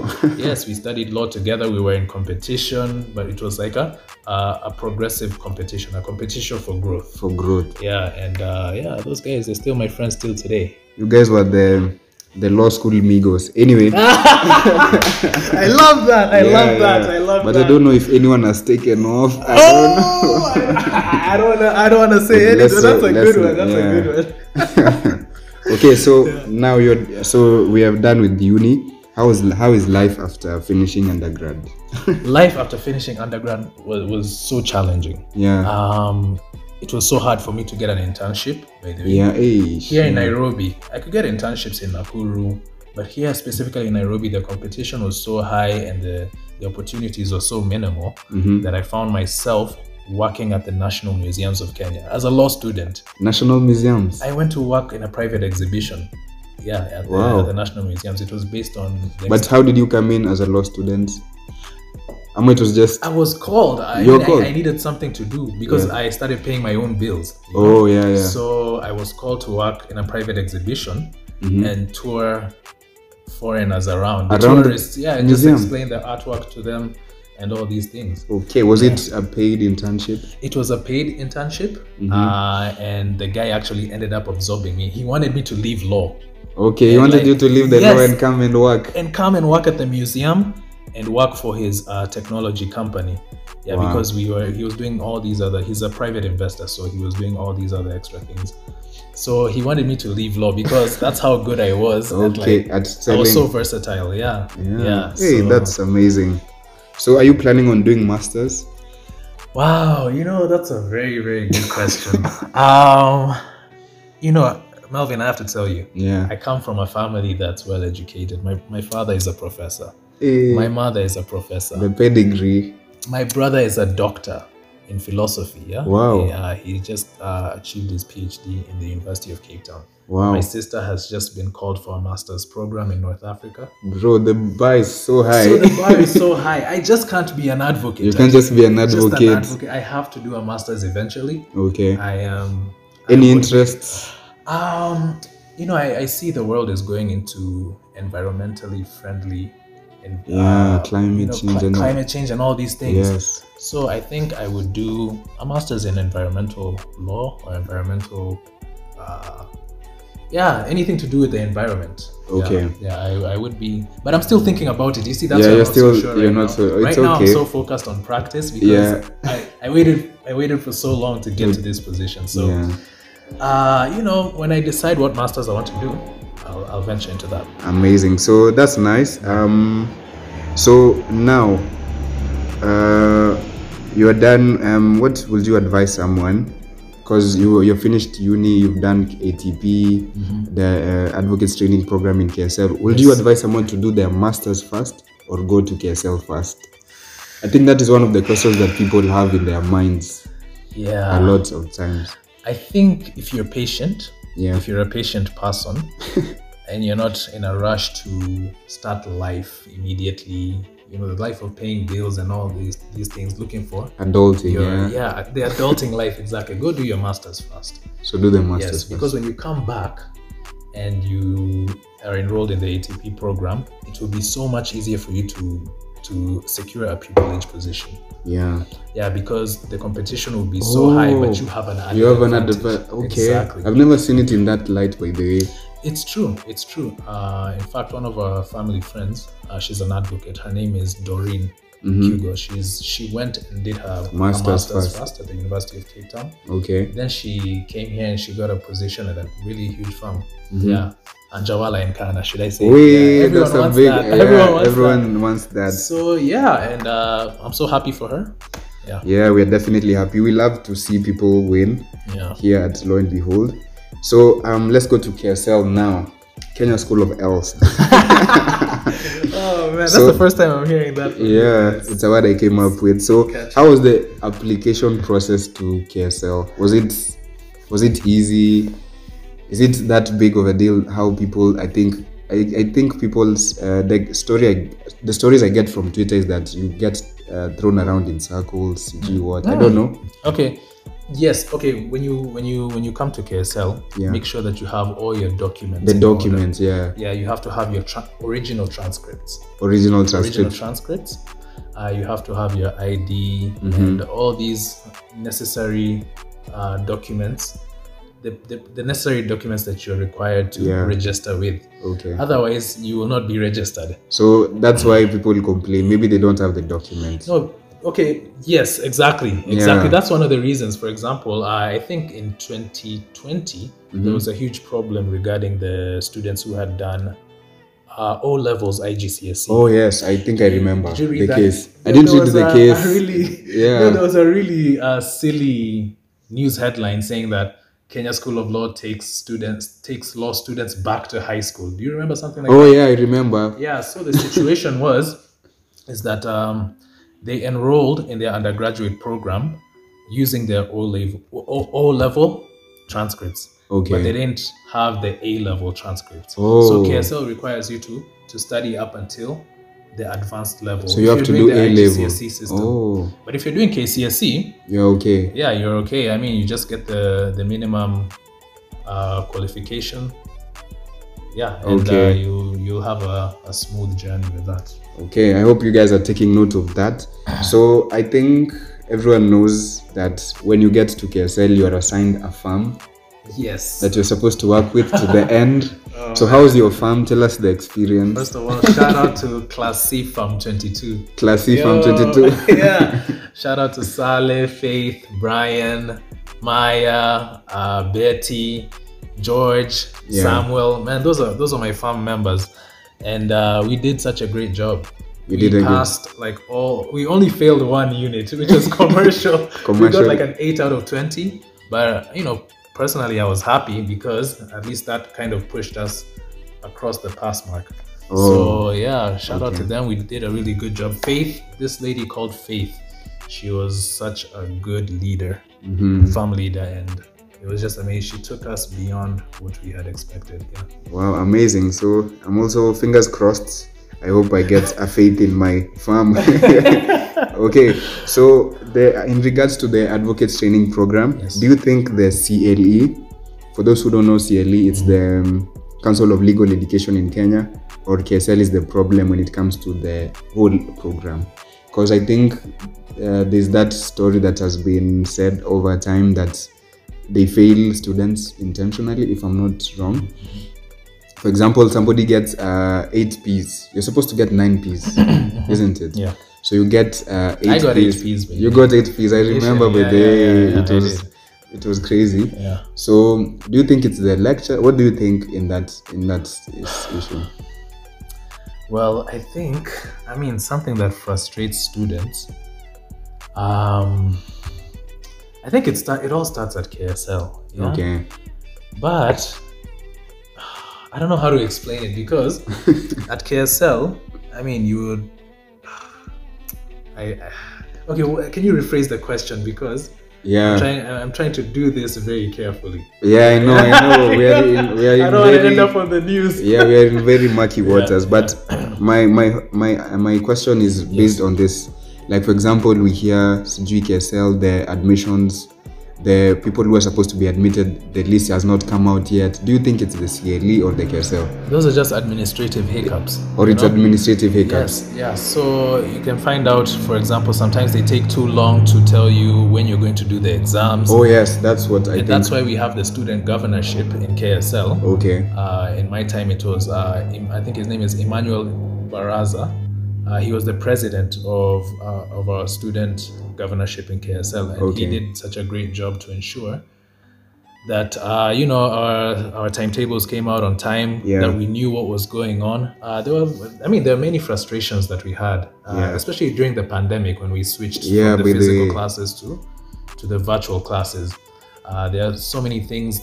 [SPEAKER 3] yes, we studied law together. We were in competition, but it was like a uh, a progressive competition, a competition for growth.
[SPEAKER 2] for growth.
[SPEAKER 3] Yeah, and uh, yeah, those guys are still my friends till today.
[SPEAKER 2] You guys were the the law school migos. Anyway.
[SPEAKER 3] I love that. I
[SPEAKER 2] yeah, yeah. But I don't know if anyone has taken off. I don't know.
[SPEAKER 3] Oh, I don't. I don't want to say
[SPEAKER 2] Let's- let's- yeah. okay, so now you're so we have done with uni. How is how is life after finishing undergrad?
[SPEAKER 3] Life after finishing undergrad was, was so challenging.
[SPEAKER 2] Yeah.
[SPEAKER 3] Um, it was so hard for me to get an internship. By the way,
[SPEAKER 2] yeah, hey,
[SPEAKER 3] here
[SPEAKER 2] shit.
[SPEAKER 3] in Nairobi, I could get internships in Nakuru, but here specifically in Nairobi, the competition was so high and the, the opportunities were so minimal
[SPEAKER 2] Mm-hmm.
[SPEAKER 3] that I found myself working at the National Museums of Kenya as a law student.
[SPEAKER 2] National Museums.
[SPEAKER 3] I went to work in a private exhibition. Yeah, at,
[SPEAKER 2] Wow.
[SPEAKER 3] the, at the National Museums. It was based on. The
[SPEAKER 2] But how did you come in as a law student? I mean, it was just
[SPEAKER 3] I was called. I,
[SPEAKER 2] You were
[SPEAKER 3] I-
[SPEAKER 2] called?
[SPEAKER 3] I, needed something to do because I started paying my own bills. you know?
[SPEAKER 2] oh yeah yeah.
[SPEAKER 3] So I was called to work in a private exhibition and tour foreigners around. The
[SPEAKER 2] Mm-hmm. Around the
[SPEAKER 3] tourists, yeah, and
[SPEAKER 2] museum.
[SPEAKER 3] just explain the artwork to them and all these things.
[SPEAKER 2] okay, was it a paid internship?
[SPEAKER 3] It was a paid internship,
[SPEAKER 2] Mm-hmm.
[SPEAKER 3] uh, and the guy actually ended up absorbing me. He wanted me to leave law
[SPEAKER 2] Okay, he wanted
[SPEAKER 3] like-
[SPEAKER 2] you to leave the law
[SPEAKER 3] Yes.
[SPEAKER 2] and come and work.
[SPEAKER 3] and come and work at the museum and work for his uh, technology company. Yeah,
[SPEAKER 2] Wow.
[SPEAKER 3] because we were he was doing all these other he's a private investor, so he was doing all these other extra things. So he wanted me to leave law because that's how good I was. at,
[SPEAKER 2] Okay,
[SPEAKER 3] like,
[SPEAKER 2] at
[SPEAKER 3] I
[SPEAKER 2] selling.
[SPEAKER 3] was so versatile, yeah. Yeah.
[SPEAKER 2] Hey,
[SPEAKER 3] so-
[SPEAKER 2] that's amazing. So, are you planning on doing masters?
[SPEAKER 3] wow. You know, that's a very, very good question. um, you know, Melvin, I have to tell you,
[SPEAKER 2] Yeah.
[SPEAKER 3] I come from a family that's well educated. My my father is a professor.
[SPEAKER 2] Hey,
[SPEAKER 3] My mother is a professor.
[SPEAKER 2] the pedigree.
[SPEAKER 3] My brother is a doctor in philosophy. Yeah.
[SPEAKER 2] Wow.
[SPEAKER 3] He, uh, he just uh, achieved his PhD in the University of Cape Town.
[SPEAKER 2] Wow,
[SPEAKER 3] My sister has just been called for a master's program in North Africa.
[SPEAKER 2] bro, the bar is so high.
[SPEAKER 3] So the bar is so high. I just can't be an advocate.
[SPEAKER 2] you can't just be an
[SPEAKER 3] Just an
[SPEAKER 2] advocate.
[SPEAKER 3] advocate. I have to do a master's eventually.
[SPEAKER 2] Okay.
[SPEAKER 3] I am.
[SPEAKER 2] Any interests?
[SPEAKER 3] Um, you know, I, I see the world is going into environmentally friendly. And, uh,
[SPEAKER 2] Yeah, climate change
[SPEAKER 3] cli-
[SPEAKER 2] and all.
[SPEAKER 3] climate change and all these things.
[SPEAKER 2] Yes.
[SPEAKER 3] So I think I would do a master's in environmental law or environmental, uh, yeah, anything to do with the environment. Yeah,
[SPEAKER 2] Okay.
[SPEAKER 3] Yeah, I, I would be, but I'm still thinking about it. You see, that's
[SPEAKER 2] Yeah,
[SPEAKER 3] why I'm
[SPEAKER 2] you're
[SPEAKER 3] not
[SPEAKER 2] still-
[SPEAKER 3] so sure
[SPEAKER 2] you're
[SPEAKER 3] right
[SPEAKER 2] not
[SPEAKER 3] now.
[SPEAKER 2] so- it's
[SPEAKER 3] right now, I'm
[SPEAKER 2] okay.
[SPEAKER 3] so focused on practice because
[SPEAKER 2] Yeah.
[SPEAKER 3] I, I waited I waited for so long to get to this position. So,
[SPEAKER 2] Yeah.
[SPEAKER 3] uh, you know, when I decide what masters I want to do, I'll, I'll venture into that.
[SPEAKER 2] Amazing. So that's nice. Um, so now, uh, you're done. Um, what would you advise someone? Because you you're finished uni, you've done ATP,
[SPEAKER 3] Mm-hmm.
[SPEAKER 2] the uh, advocates training program in KSL. Would you advise someone to do their masters first or go to KSL first? I think that is one of the questions that people have in their minds
[SPEAKER 3] Yeah.
[SPEAKER 2] a lot of times.
[SPEAKER 3] I think if you're patient,
[SPEAKER 2] Yeah.
[SPEAKER 3] if you're a patient person, and you're not in a rush to start life immediately, you know, the life of paying bills and all these these things, looking for
[SPEAKER 2] Adulting,
[SPEAKER 3] your
[SPEAKER 2] yeah.
[SPEAKER 3] yeah, the adulting life exactly. Go do your masters first.
[SPEAKER 2] So do the
[SPEAKER 3] yes,
[SPEAKER 2] masters
[SPEAKER 3] because
[SPEAKER 2] first.
[SPEAKER 3] when you come back and you are enrolled in the ATP program, it will be so much easier for you to to secure a privileged position.
[SPEAKER 2] Yeah.
[SPEAKER 3] Yeah, because the competition will be so high, but you have an added
[SPEAKER 2] Oh. You have an
[SPEAKER 3] advantage.
[SPEAKER 2] advert. Okay.
[SPEAKER 3] Exactly.
[SPEAKER 2] I've never seen it in that light, by the way.
[SPEAKER 3] It's true. It's true. Uh, in fact, one of our family friends, uh, she's an advocate. Her name is Doreen Hugo. She's she went and did her her
[SPEAKER 2] Mm-hmm. Masters
[SPEAKER 3] masters
[SPEAKER 2] first.
[SPEAKER 3] first at the University of Cape Town.
[SPEAKER 2] Okay.
[SPEAKER 3] Then she came here and she got a position at a really huge firm. Yeah, Anjawala in Ghana. Should I say?
[SPEAKER 2] Wait,
[SPEAKER 3] Yeah,
[SPEAKER 2] Mm-hmm. that's a
[SPEAKER 3] everyone wants
[SPEAKER 2] big.
[SPEAKER 3] that.
[SPEAKER 2] yeah,
[SPEAKER 3] everyone wants
[SPEAKER 2] everyone wants that.
[SPEAKER 3] that. So yeah, and uh, I'm so happy for her. Yeah,
[SPEAKER 2] Yeah, we're definitely happy. We love to see people win
[SPEAKER 3] yeah.
[SPEAKER 2] here at Lo and Behold. So um, let's go to KSL now. Kenya School of Else.
[SPEAKER 3] Oh man, that's
[SPEAKER 2] So-
[SPEAKER 3] the first time I'm hearing that. from you.
[SPEAKER 2] yeah, it's a word I came up with. So
[SPEAKER 3] Catchy.
[SPEAKER 2] how was the application process to KSL? Was it was it easy? Is it that big of a deal? How people? I think I, I think people's uh, the story I, the stories I get from Twitter is that you get uh, thrown around in circles, CG
[SPEAKER 3] Hmm.
[SPEAKER 2] what I don't know.
[SPEAKER 3] Okay. Yes. Okay. When you when you when you come to KSL,
[SPEAKER 2] Yeah.
[SPEAKER 3] make sure that you have all your documents.
[SPEAKER 2] The
[SPEAKER 3] in order.
[SPEAKER 2] documents, yeah,
[SPEAKER 3] Yeah, you have to have your tra- original transcripts.
[SPEAKER 2] original
[SPEAKER 3] Original
[SPEAKER 2] transcript.
[SPEAKER 3] transcripts. Uh, you have to have your ID
[SPEAKER 2] Mm-hmm.
[SPEAKER 3] and all these necessary uh, documents. The, the, the necessary documents that you're required to
[SPEAKER 2] Yeah.
[SPEAKER 3] register with.
[SPEAKER 2] Okay,
[SPEAKER 3] Uh, Otherwise, you will not be registered.
[SPEAKER 2] so that's why people complain. Maybe they don't have the document.
[SPEAKER 3] No, okay, yes, exactly, exactly.
[SPEAKER 2] Yeah.
[SPEAKER 3] That's one of the reasons. For example, uh, I think in 2020
[SPEAKER 2] Mm-hmm.
[SPEAKER 3] there was a huge problem regarding the students who had done uh, O levels IGCSE.
[SPEAKER 2] Oh yes, I think I remember
[SPEAKER 3] Did you read
[SPEAKER 2] the
[SPEAKER 3] that?
[SPEAKER 2] case. I
[SPEAKER 3] Yeah,
[SPEAKER 2] didn't
[SPEAKER 3] there
[SPEAKER 2] read
[SPEAKER 3] was
[SPEAKER 2] the
[SPEAKER 3] a-
[SPEAKER 2] case.
[SPEAKER 3] A really,
[SPEAKER 2] Yeah.
[SPEAKER 3] no, there was a really uh, silly news headline saying that Kenya School of Law takes students takes law students back to high school. Do you remember something like that?
[SPEAKER 2] Oh yeah, I remember.
[SPEAKER 3] Yeah, so the situation was is that um, they enrolled in their undergraduate program using their O level O, o level transcripts. But
[SPEAKER 2] Okay.
[SPEAKER 3] they didn't have the A level transcripts. So
[SPEAKER 2] Oh.
[SPEAKER 3] KSL requires you to to study up until the advanced level.
[SPEAKER 2] So you
[SPEAKER 3] If
[SPEAKER 2] have to
[SPEAKER 3] you're
[SPEAKER 2] do A
[SPEAKER 3] doing the
[SPEAKER 2] level.
[SPEAKER 3] IGCSE system.
[SPEAKER 2] Oh,
[SPEAKER 3] But if you're doing KCSE,
[SPEAKER 2] yeah, okay.
[SPEAKER 3] yeah, you're okay. I mean, you just get the the minimum uh, qualification. Yeah, and uh,
[SPEAKER 2] Okay.
[SPEAKER 3] you you'll have a, a smooth journey with that.
[SPEAKER 2] Okay, I hope you guys are taking note of that. So I think everyone knows that when you get to KSL, you are assigned a firm
[SPEAKER 3] Yes.
[SPEAKER 2] that you're supposed to work with to the end. so how's your firm? Tell us the experience.
[SPEAKER 3] Oh, First of all, shout out to Class C from 22.
[SPEAKER 2] Classy firm 22.
[SPEAKER 3] yeah. Shout out to Saleh, Faith, Brian, Maya, uh, Betty, George,
[SPEAKER 2] Yeah.
[SPEAKER 3] Samuel. Man, those are those are my farm members, and uh, we did such a great job.
[SPEAKER 2] You
[SPEAKER 3] we
[SPEAKER 2] did a good-
[SPEAKER 3] passed like all. We only failed one unit, which is commercial. We got
[SPEAKER 2] Commercial.
[SPEAKER 3] like an eight out of twenty, but you know, personally, I was happy because at least that kind of pushed us across the pass mark.
[SPEAKER 2] Oh.
[SPEAKER 3] So yeah, shout out to
[SPEAKER 2] Okay.
[SPEAKER 3] them. We did a really good job. Faith, this lady called Faith, she was such a good leader,
[SPEAKER 2] Mhm.
[SPEAKER 3] farm leader, and it was just amazing. She took us beyond what we had expected. Yeah.
[SPEAKER 2] Wow, amazing. So I'm also fingers crossed. I hope I get a faith in my farm. okay, so the, in regards to the advocates training program,
[SPEAKER 3] Yes.
[SPEAKER 2] do you think the CLE, for those who don't know CLE, it's the um, Council of Legal Education in Kenya, or KSL is the problem when it comes to the whole program? Because I think uh, there's that story that has been said over time that they fail students intentionally, if I'm not wrong for example, somebody gets uh, eight P's. You're supposed to get nine P's, isn't it?
[SPEAKER 3] Uh-huh. Yeah.
[SPEAKER 2] So you get uh, eight.
[SPEAKER 3] I got eight
[SPEAKER 2] Ps.
[SPEAKER 3] Ps, baby.
[SPEAKER 2] You got eight P's. I remember,
[SPEAKER 3] yeah,
[SPEAKER 2] but
[SPEAKER 3] yeah, yeah,
[SPEAKER 2] they-
[SPEAKER 3] yeah,
[SPEAKER 2] it
[SPEAKER 3] I
[SPEAKER 2] was
[SPEAKER 3] did.
[SPEAKER 2] it was crazy.
[SPEAKER 3] Yeah.
[SPEAKER 2] So, do you think it's the lecture? What do you think in that in that is- issue?
[SPEAKER 3] Well, I think, I mean, something that frustrates students. Um, I think it start, it all starts at KSL. yeah?
[SPEAKER 2] Okay.
[SPEAKER 3] But I don't know how to explain it because at KSL, I mean, you would. I, I okay. Well, can you rephrase the question because I'm
[SPEAKER 2] Yeah.
[SPEAKER 3] trying, I'm trying to do this very carefully.
[SPEAKER 2] Yeah, I know. I know. We are in. We are in
[SPEAKER 3] I don't want to
[SPEAKER 2] very-
[SPEAKER 3] end up on the news.
[SPEAKER 2] yeah we are in very murky waters but my my my my question is based on this like for example we hear sijui KSL the admissions the people who are supposed to be admitted the list has not come out yet do you think it's the CLE or the KSL
[SPEAKER 3] Those are just administrative hiccups.
[SPEAKER 2] or it's administrative hiccups
[SPEAKER 3] Yes, yeah. So you can find out, for example, sometimes they take too long to tell you when you're going to do the exams.
[SPEAKER 2] oh yes that's what I
[SPEAKER 3] and
[SPEAKER 2] think
[SPEAKER 3] that's why we have the student governorship in KSL.
[SPEAKER 2] okay
[SPEAKER 3] uh, in my time it was uh, Im- I think his name is Emmanuel Baraza. Uh, he was the president of uh, of our student governorship in KSL, and he
[SPEAKER 2] Okay.
[SPEAKER 3] did such a great job to ensure that uh, you know our our timetables came out on time,
[SPEAKER 2] Yeah.
[SPEAKER 3] that we knew what was going on. Uh, there were, I mean, there are many frustrations that we had, uh,
[SPEAKER 2] Yeah.
[SPEAKER 3] especially during the pandemic when we switched
[SPEAKER 2] Yeah,
[SPEAKER 3] from the
[SPEAKER 2] with
[SPEAKER 3] physical
[SPEAKER 2] the-
[SPEAKER 3] classes to to the virtual classes. Uh, there are so many things,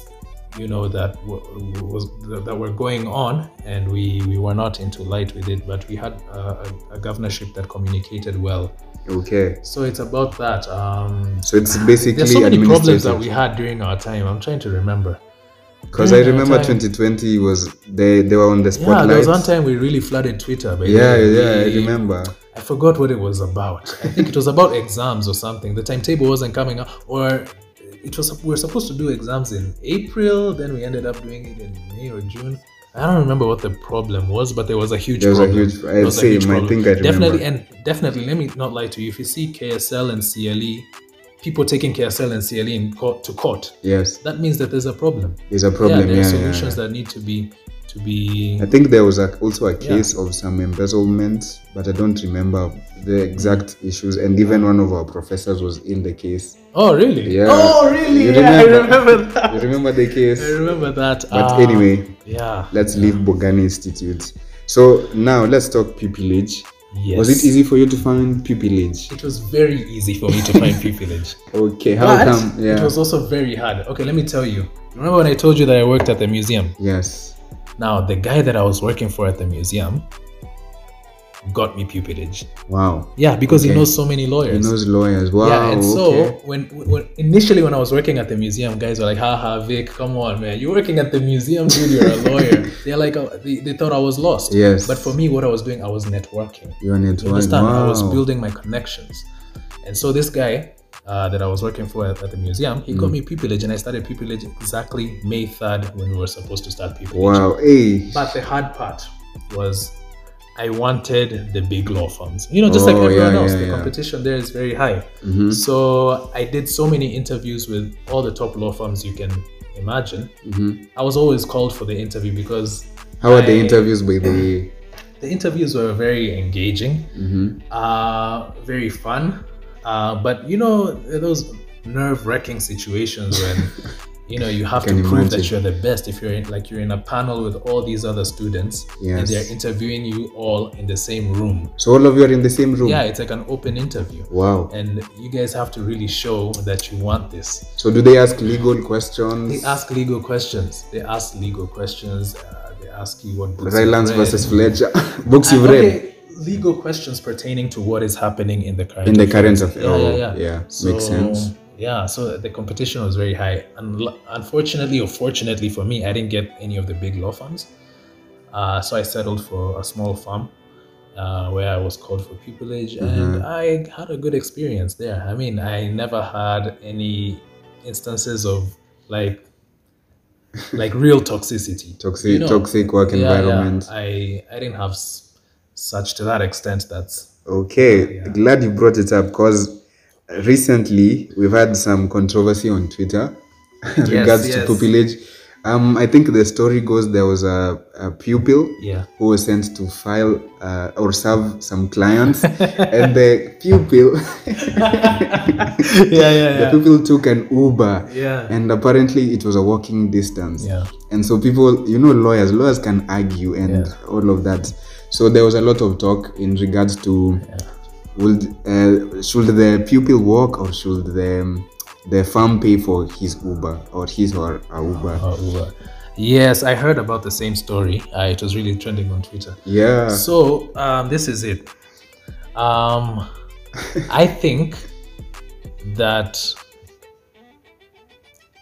[SPEAKER 3] you know, that were, was that were going on, and we we were not into light with it. But we had uh, a, a governorship that communicated well.
[SPEAKER 2] okay
[SPEAKER 3] So it's about that. Um,
[SPEAKER 2] so it's
[SPEAKER 3] there
[SPEAKER 2] basically
[SPEAKER 3] are so many problems that
[SPEAKER 2] administrative
[SPEAKER 3] we had during our time. I'm trying to remember.
[SPEAKER 2] because I
[SPEAKER 3] during our
[SPEAKER 2] remember
[SPEAKER 3] time.
[SPEAKER 2] 2020 was they they were on the
[SPEAKER 3] Yeah,
[SPEAKER 2] spotlight
[SPEAKER 3] there was one time we really flooded Twitter. By the
[SPEAKER 2] yeah
[SPEAKER 3] way.
[SPEAKER 2] yeah I
[SPEAKER 3] We-
[SPEAKER 2] remember
[SPEAKER 3] I I forgot what it was about. I think it was about exams or something. The timetable wasn't coming up, or it was we were supposed to do exams in April, then we ended up doing it in May or June. I don't remember what the problem was, but there was a huge
[SPEAKER 2] There was a
[SPEAKER 3] problem.
[SPEAKER 2] huge- I same, I think I remember.
[SPEAKER 3] Definitely and definitely let me not lie to you. If you see KSL and CLE, people taking KSL and CLE in court to court,
[SPEAKER 2] Yes,
[SPEAKER 3] that means that there's a problem.
[SPEAKER 2] there's a problem.
[SPEAKER 3] yeah, there
[SPEAKER 2] yeah,
[SPEAKER 3] are
[SPEAKER 2] yeah,
[SPEAKER 3] solutions
[SPEAKER 2] yeah.
[SPEAKER 3] that need to be to be
[SPEAKER 2] I think there was a, also a case of some embezzlement, but I don't remember the exact issues. And even one of our professors was in the case.
[SPEAKER 3] Oh really?
[SPEAKER 2] Yeah.
[SPEAKER 3] Oh really?
[SPEAKER 2] You
[SPEAKER 3] yeah,
[SPEAKER 2] remember.
[SPEAKER 3] I remember that.
[SPEAKER 2] You remember the
[SPEAKER 3] I
[SPEAKER 2] case?
[SPEAKER 3] remember that.
[SPEAKER 2] But
[SPEAKER 3] Ah,
[SPEAKER 2] anyway,
[SPEAKER 3] Yeah.
[SPEAKER 2] let's leave Bogani Institute. So now let's talk pupillage.
[SPEAKER 3] Yes.
[SPEAKER 2] Was it easy for you to find pupillage?
[SPEAKER 3] It was very easy for me to find pupillage.
[SPEAKER 2] Okay, how
[SPEAKER 3] But
[SPEAKER 2] come?
[SPEAKER 3] it
[SPEAKER 2] Yeah.
[SPEAKER 3] was also very hard. Okay, let me tell you. Remember when I told you that I worked at the museum?
[SPEAKER 2] Yes.
[SPEAKER 3] Now, the guy that I was working for at the museum got me pupillage.
[SPEAKER 2] Wow.
[SPEAKER 3] Yeah, because he
[SPEAKER 2] Okay.
[SPEAKER 3] knows so many lawyers.
[SPEAKER 2] He knows lawyers. Wow.
[SPEAKER 3] yeah, and so
[SPEAKER 2] okay.
[SPEAKER 3] when, when initially when I was working at the museum, guys were like, "Haha, Vic, come on, man, you're working at the museum, dude. You're a lawyer." They're like, uh, they, they thought I was lost.
[SPEAKER 2] Yes.
[SPEAKER 3] But for me, what I was doing, I was networking.
[SPEAKER 2] you need
[SPEAKER 3] You
[SPEAKER 2] to
[SPEAKER 3] understand? I was
[SPEAKER 2] wow.
[SPEAKER 3] building my connections. And so this guy uh, that I was working for at, at the museum, he
[SPEAKER 2] Mm.
[SPEAKER 3] got me pupillage, and I started pupillage exactly May 3rd when we were supposed to start pupillage.
[SPEAKER 2] Wow. Hey.
[SPEAKER 3] But the hard part was I wanted the big law firms. You know, just like
[SPEAKER 2] Oh,
[SPEAKER 3] everyone
[SPEAKER 2] yeah,
[SPEAKER 3] else,
[SPEAKER 2] yeah,
[SPEAKER 3] the
[SPEAKER 2] yeah. Mm.
[SPEAKER 3] competition there is very high.
[SPEAKER 2] Mm-hmm.
[SPEAKER 3] So I did so many interviews with all the top law firms you can imagine. I was always called for the interview because
[SPEAKER 2] Mm-hmm. How are the
[SPEAKER 3] I-
[SPEAKER 2] interviews by the way? Mm-hmm.
[SPEAKER 3] the interviews were very engaging, uh, very fun, uh, but you know those nerve-wracking situations when you know you have to
[SPEAKER 2] Can
[SPEAKER 3] prove
[SPEAKER 2] imagine.
[SPEAKER 3] that you're the best. If you're in, like you're in a panel with all these other students and
[SPEAKER 2] Yes.
[SPEAKER 3] they're interviewing you all in the same room,
[SPEAKER 2] So all of you are in the same room.
[SPEAKER 3] yeah, it's like an open interview,
[SPEAKER 2] Wow.
[SPEAKER 3] and you guys have to really show that you want this.
[SPEAKER 2] So do they ask legal questions?
[SPEAKER 3] They ask legal questions. They ask legal questions. Uh, they ask you what books you've
[SPEAKER 2] Rylance
[SPEAKER 3] read.
[SPEAKER 2] versus Fletcher. Books you've
[SPEAKER 3] Uh,
[SPEAKER 2] read.
[SPEAKER 3] okay, legal questions pertaining to what is happening in the current
[SPEAKER 2] In the current of Oh,
[SPEAKER 3] yeah, yeah, yeah.
[SPEAKER 2] makes sense.
[SPEAKER 3] Yeah, so the competition was very high. And unfortunately or fortunately for me, I didn't get any of the big law firms. Uh, so I settled for a small firm uh, where I was called for pupillage,
[SPEAKER 2] Mm-hmm.
[SPEAKER 3] and I had a good experience there. I mean, I never had any instances of like like real toxicity.
[SPEAKER 2] Toxic,
[SPEAKER 3] you know?
[SPEAKER 2] toxic work
[SPEAKER 3] Yeah, yeah.
[SPEAKER 2] environment.
[SPEAKER 3] I I didn't have s- such to that extent. That's
[SPEAKER 2] Okay,
[SPEAKER 3] Oh, Yeah.
[SPEAKER 2] glad you brought it up because recently we've had some controversy on Twitter regards to
[SPEAKER 3] yes.
[SPEAKER 2] pupillage. Um, I think the story goes there was a, a pupil
[SPEAKER 3] Yeah.
[SPEAKER 2] who was sent to file uh, or serve some clients, and the pupil
[SPEAKER 3] yeah, yeah,
[SPEAKER 2] the pupil took an Uber,
[SPEAKER 3] Yeah.
[SPEAKER 2] and apparently it was a walking distance.
[SPEAKER 3] Yeah.
[SPEAKER 2] And so people, you know, lawyers, lawyers can argue and all of that. So there was a lot of talk in regards to would uh, should the pupil walk or should the the firm pay for his Uber or his or her Uber?
[SPEAKER 3] Uh, yes, I heard about the same story. Uh, it was really trending on Twitter.
[SPEAKER 2] Yeah.
[SPEAKER 3] So um, this is it. Um, I think that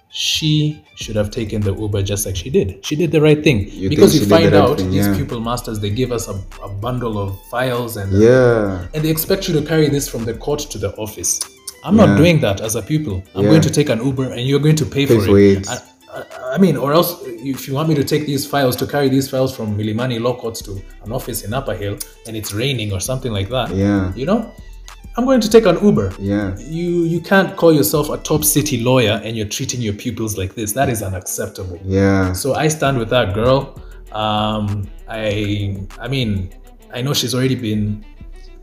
[SPEAKER 3] she should have taken the Uber just like she did. She did the right thing
[SPEAKER 2] You
[SPEAKER 3] because
[SPEAKER 2] think
[SPEAKER 3] you
[SPEAKER 2] she did
[SPEAKER 3] find
[SPEAKER 2] the right
[SPEAKER 3] out
[SPEAKER 2] thing,
[SPEAKER 3] these
[SPEAKER 2] yeah.
[SPEAKER 3] pupil masters they give us a, a bundle of files and
[SPEAKER 2] yeah.
[SPEAKER 3] and they expect you to carry this from the court to the office. I'm not
[SPEAKER 2] Yeah.
[SPEAKER 3] doing that as a pupil. I'm
[SPEAKER 2] Yeah.
[SPEAKER 3] going to take an Uber and you're going to pay, for,
[SPEAKER 2] for
[SPEAKER 3] it.
[SPEAKER 2] it.
[SPEAKER 3] I, I, I mean, or else if you want me to take these files, to carry these files from Milimani Law Courts to an office in Upper Hill and it's raining or something like that,
[SPEAKER 2] Yeah.
[SPEAKER 3] you know, I'm going to take an Uber.
[SPEAKER 2] Yeah.
[SPEAKER 3] You, you can't call yourself a top city lawyer and you're treating your pupils like this. That is unacceptable.
[SPEAKER 2] Yeah.
[SPEAKER 3] So I stand with that girl. Um, I I mean, I know she's already been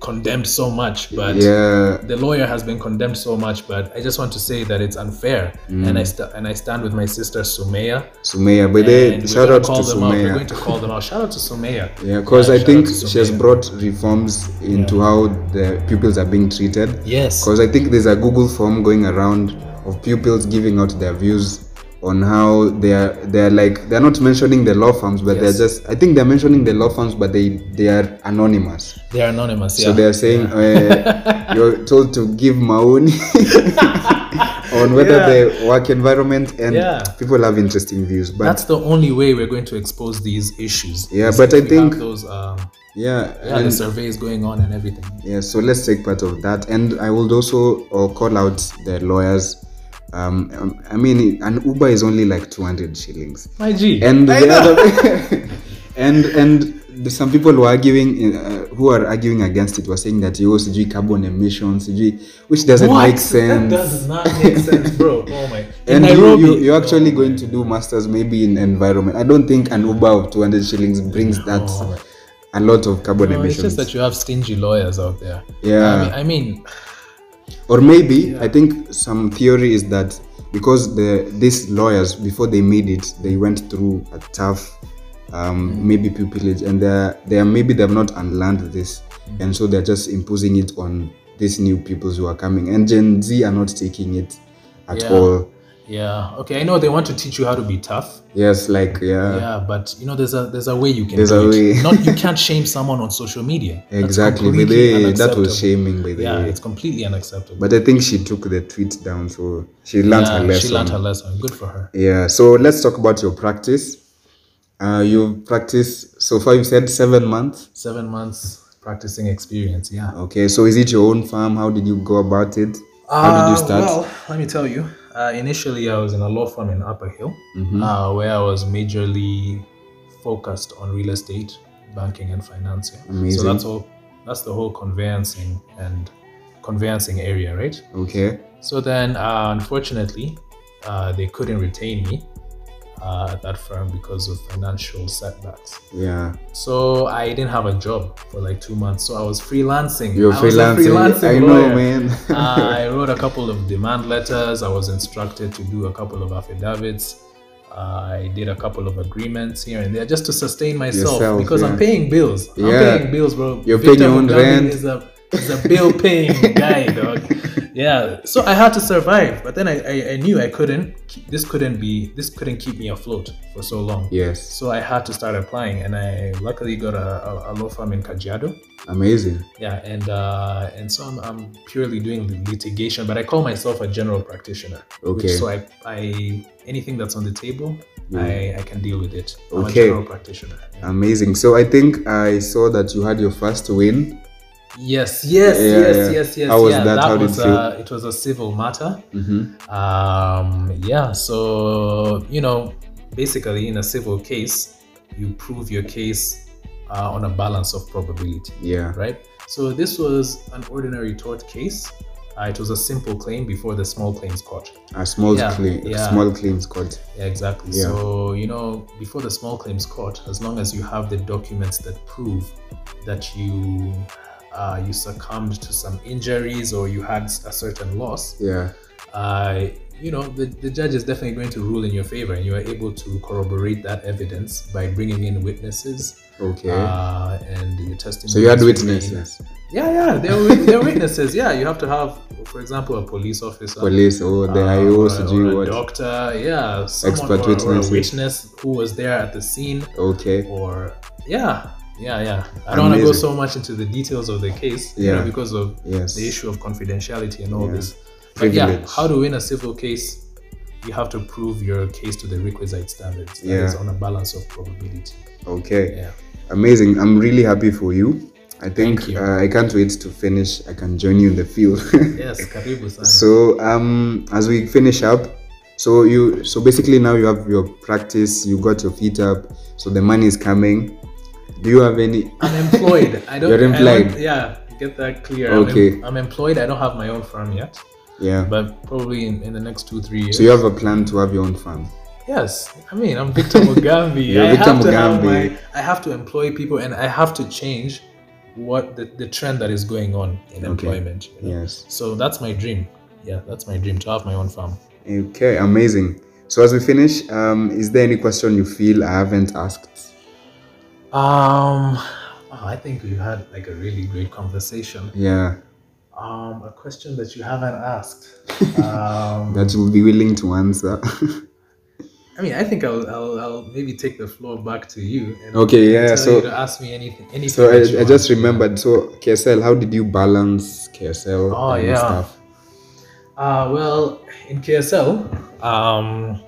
[SPEAKER 3] condemned so much, but
[SPEAKER 2] yeah.
[SPEAKER 3] the lawyer has been condemned so much. But I just want to say that it's unfair,
[SPEAKER 2] Mm.
[SPEAKER 3] and I st- and I stand with my sister Sumaya.
[SPEAKER 2] Sumaya, but
[SPEAKER 3] and
[SPEAKER 2] then
[SPEAKER 3] we're
[SPEAKER 2] shout
[SPEAKER 3] gonna
[SPEAKER 2] out to
[SPEAKER 3] call them out. We're going
[SPEAKER 2] Sumaya.
[SPEAKER 3] to call them out. Shout out to Sumaya.
[SPEAKER 2] Yeah, because I
[SPEAKER 3] shout
[SPEAKER 2] think
[SPEAKER 3] out to
[SPEAKER 2] she has
[SPEAKER 3] Sumaya.
[SPEAKER 2] brought reforms into how the pupils are being treated.
[SPEAKER 3] Yes.
[SPEAKER 2] Because I think there's a Google form going around of pupils giving out their views on how they're they're like they're not mentioning the law firms, but
[SPEAKER 3] Yes.
[SPEAKER 2] they're just I think they're mentioning the law firms, but they they are anonymous.
[SPEAKER 3] They are anonymous. Yeah.
[SPEAKER 2] So they're saying uh, you're told to give maoni on whether the work environment and
[SPEAKER 3] Yeah.
[SPEAKER 2] people have interesting views, but.
[SPEAKER 3] That's the only way we're going to expose these issues.
[SPEAKER 2] Yeah,
[SPEAKER 3] is
[SPEAKER 2] but
[SPEAKER 3] if
[SPEAKER 2] I
[SPEAKER 3] we have
[SPEAKER 2] think-
[SPEAKER 3] those um,
[SPEAKER 2] Yeah.
[SPEAKER 3] Yeah, the
[SPEAKER 2] and-
[SPEAKER 3] survey is going on and everything.
[SPEAKER 2] Yeah, so let's take part of that, and I would also uh, call out the lawyers. Um, um, I mean, an Uber is only like two hundred shillings,
[SPEAKER 3] My G.
[SPEAKER 2] and the other, and and the, some people were arguing, uh, who are arguing against it, were saying that you also carbon emissions, CG, which doesn't
[SPEAKER 3] What?
[SPEAKER 2] make sense.
[SPEAKER 3] That does not make sense, bro. Oh my. In
[SPEAKER 2] and you,
[SPEAKER 3] Nairobi,
[SPEAKER 2] you, you're actually
[SPEAKER 3] Oh,
[SPEAKER 2] going to do masters maybe in environment. I don't think an Uber of two hundred shillings brings
[SPEAKER 3] No.
[SPEAKER 2] that a lot of carbon
[SPEAKER 3] no, it's
[SPEAKER 2] emissions.
[SPEAKER 3] just that you have stingy lawyers out there.
[SPEAKER 2] Yeah.
[SPEAKER 3] I mean, I mean
[SPEAKER 2] or maybe i think some theory is that because the these lawyers before they made it they went through a tough
[SPEAKER 3] Mm.
[SPEAKER 2] um, maybe pupillage and they're they are maybe they've not unlearned this
[SPEAKER 3] Mm.
[SPEAKER 2] and so they're just imposing it on these new peoples who are coming and gen z are not taking it at
[SPEAKER 3] Yeah.
[SPEAKER 2] all
[SPEAKER 3] yeah. Okay, I know they want to teach you how to be tough.
[SPEAKER 2] yes like yeah,
[SPEAKER 3] yeah, but you know, there's a there's a way you can
[SPEAKER 2] There's
[SPEAKER 3] do
[SPEAKER 2] a
[SPEAKER 3] it.
[SPEAKER 2] way.
[SPEAKER 3] Not you can't shame someone on social media. That's
[SPEAKER 2] exactly but
[SPEAKER 3] completely
[SPEAKER 2] they, that
[SPEAKER 3] unacceptable.
[SPEAKER 2] was shaming by the
[SPEAKER 3] Yeah,
[SPEAKER 2] way
[SPEAKER 3] it's completely unacceptable.
[SPEAKER 2] but i think she took the tweet down so she learned
[SPEAKER 3] Yeah,
[SPEAKER 2] her lesson
[SPEAKER 3] She learned her lesson. Good for her.
[SPEAKER 2] Yeah, so let's talk about your practice. Uh, you practice so far. You said seven months.
[SPEAKER 3] Seven months practicing experience. Yeah.
[SPEAKER 2] Okay, so is it your own farm? How did you go about it? How did you
[SPEAKER 3] Uh,
[SPEAKER 2] start?
[SPEAKER 3] Well, let me tell you. Uh, initially, I was in a law firm in Upper Hill,
[SPEAKER 2] Mm-hmm.
[SPEAKER 3] uh, where I was majorly focused on real estate, banking, and financing. So
[SPEAKER 2] Amazing.
[SPEAKER 3] that's all. That's the whole conveyancing and conveyancing area, right?
[SPEAKER 2] okay,
[SPEAKER 3] So then, uh, unfortunately, uh, they couldn't retain me uh, at that firm because of financial setbacks.
[SPEAKER 2] yeah,
[SPEAKER 3] So I didn't have a job for like two months. So I was freelancing.
[SPEAKER 2] you're
[SPEAKER 3] I was a
[SPEAKER 2] freelancing. I know,
[SPEAKER 3] lawyer. Uh,
[SPEAKER 2] man.
[SPEAKER 3] I wrote a couple of demand letters. I was instructed to do a couple of affidavits. I did a couple of agreements here and there just to sustain myself
[SPEAKER 2] Yourself,
[SPEAKER 3] because I'm
[SPEAKER 2] yeah.
[SPEAKER 3] paying bills. I'm
[SPEAKER 2] Yeah.
[SPEAKER 3] paying bills, bro.
[SPEAKER 2] You're
[SPEAKER 3] Victor
[SPEAKER 2] paying your own
[SPEAKER 3] Mugambi
[SPEAKER 2] rent.
[SPEAKER 3] Is a, is a bill paying guy, dog. Yeah. So I had to survive, but then I, I, I knew I couldn't. This couldn't be. This couldn't keep me afloat for so long.
[SPEAKER 2] yes,
[SPEAKER 3] So I had to start applying, and I luckily got a, a, a law firm in Kajiado
[SPEAKER 2] amazing.
[SPEAKER 3] yeah and uh and so i'm, I'm purely doing the litigation but i call myself a general practitioner
[SPEAKER 2] Okay. Mm.
[SPEAKER 3] so i i anything that's on the table i i can deal with it i'm a
[SPEAKER 2] Okay. Um,
[SPEAKER 3] general practitioner yeah.
[SPEAKER 2] Amazing. So I think I saw that you had your first win.
[SPEAKER 3] yes yes
[SPEAKER 2] Yeah,
[SPEAKER 3] yes
[SPEAKER 2] yeah.
[SPEAKER 3] yes yes
[SPEAKER 2] How was
[SPEAKER 3] yeah,
[SPEAKER 2] that? How did
[SPEAKER 3] was
[SPEAKER 2] it feel?
[SPEAKER 3] uh, it was a civil matter
[SPEAKER 2] Mm-hmm.
[SPEAKER 3] um yeah so you know basically in a civil case you prove your case uh, on a balance of probability
[SPEAKER 2] Yeah.
[SPEAKER 3] right? So this was an ordinary tort case. Uh, it was a simple claim before the small claims court.
[SPEAKER 2] A small
[SPEAKER 3] Yeah,
[SPEAKER 2] claim,
[SPEAKER 3] yeah.
[SPEAKER 2] small claims court.
[SPEAKER 3] Yeah, exactly.
[SPEAKER 2] Yeah.
[SPEAKER 3] So you know, before the small claims court, as long as you have the documents that prove that you uh, you succumbed to some injuries or you had a certain loss,
[SPEAKER 2] Yeah.
[SPEAKER 3] uh, you know, the, the judge is definitely going to rule in your favor, and you are able to corroborate that evidence by bringing in witnesses
[SPEAKER 2] Okay.
[SPEAKER 3] uh, and your testimony.
[SPEAKER 2] so you had witnesses,
[SPEAKER 3] Yeah, yeah, they're, wit- they're witnesses. Yeah, you have to have, for example, a police officer,
[SPEAKER 2] police, or the
[SPEAKER 3] uh,
[SPEAKER 2] IO,
[SPEAKER 3] or-
[SPEAKER 2] CG,
[SPEAKER 3] or a
[SPEAKER 2] what?
[SPEAKER 3] doctor. Yeah, someone
[SPEAKER 2] Expert
[SPEAKER 3] or- or,
[SPEAKER 2] witnesses.
[SPEAKER 3] a witness who was there at the scene,
[SPEAKER 2] Okay.
[SPEAKER 3] or yeah, yeah, yeah. I don't want to go
[SPEAKER 2] Amazing.
[SPEAKER 3] so much into the details of the case, you know,
[SPEAKER 2] Yeah.
[SPEAKER 3] because of
[SPEAKER 2] Yes.
[SPEAKER 3] the issue of confidentiality and all
[SPEAKER 2] Yeah.
[SPEAKER 3] this. But yeah,
[SPEAKER 2] Privilege.
[SPEAKER 3] how to win a civil case? You have to prove your case to the requisite standards. That
[SPEAKER 2] Yeah.
[SPEAKER 3] is on a balance of probability.
[SPEAKER 2] Okay.
[SPEAKER 3] Yeah.
[SPEAKER 2] Amazing. I'm really happy for you. I think
[SPEAKER 3] you.
[SPEAKER 2] Uh, I can't wait to finish. I can join you in the field.
[SPEAKER 3] Yes, karibu sana.
[SPEAKER 2] so um as we finish up, so you so basically now you have your practice, you got your feet up, so the money is coming. Do you have any
[SPEAKER 3] unemployed. I don't.
[SPEAKER 2] You're
[SPEAKER 3] I don't-
[SPEAKER 2] employed.
[SPEAKER 3] yeah, get that clear.
[SPEAKER 2] Okay.
[SPEAKER 3] I'm, I'm employed. I don't have my own firm yet,
[SPEAKER 2] Yeah.
[SPEAKER 3] but probably in, in the next two three years.
[SPEAKER 2] So you have a plan to have your own farm.
[SPEAKER 3] yes, I mean I'm Victor Mugambi.
[SPEAKER 2] You're
[SPEAKER 3] I
[SPEAKER 2] Victor
[SPEAKER 3] have to have
[SPEAKER 2] Mugambi.
[SPEAKER 3] my- I have to employ people, and I have to change what the, the trend that is going on in employment. you know?
[SPEAKER 2] Yes.
[SPEAKER 3] So that's my dream. Yeah, that's my dream to have my own farm.
[SPEAKER 2] Okay, amazing. So as we finish, um, is there any question you feel I haven't asked?
[SPEAKER 3] Um, oh, I think we had like a really great conversation.
[SPEAKER 2] Yeah.
[SPEAKER 3] Um, a question that you haven't asked. Um,
[SPEAKER 2] That you'll be willing to answer.
[SPEAKER 3] I mean, I think I'll, I'll, I'll maybe take the floor back to you. And
[SPEAKER 2] Okay, yeah,
[SPEAKER 3] tell
[SPEAKER 2] so-
[SPEAKER 3] you to ask me anything. anything
[SPEAKER 2] So
[SPEAKER 3] that
[SPEAKER 2] I,
[SPEAKER 3] you
[SPEAKER 2] I
[SPEAKER 3] want.
[SPEAKER 2] just remembered. So KSL, how did you balance KSL
[SPEAKER 3] Oh,
[SPEAKER 2] and
[SPEAKER 3] yeah.
[SPEAKER 2] stuff?
[SPEAKER 3] Uh, well, in KSL, um,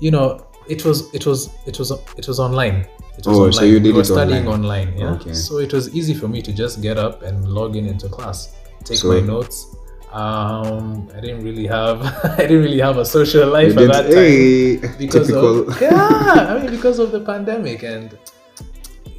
[SPEAKER 3] you know, it was it was it was it was online. It was
[SPEAKER 2] Oh,
[SPEAKER 3] online.
[SPEAKER 2] so you did
[SPEAKER 3] we were
[SPEAKER 2] it
[SPEAKER 3] studying
[SPEAKER 2] online.
[SPEAKER 3] online. yeah.
[SPEAKER 2] Okay.
[SPEAKER 3] So it was easy for me to just get up and log in into class, take
[SPEAKER 2] So-
[SPEAKER 3] my notes. Um, I didn't really have I didn't really have a social life
[SPEAKER 2] You
[SPEAKER 3] at
[SPEAKER 2] did-
[SPEAKER 3] that time
[SPEAKER 2] hey,
[SPEAKER 3] because
[SPEAKER 2] typical.
[SPEAKER 3] of yeah, I mean because of the pandemic and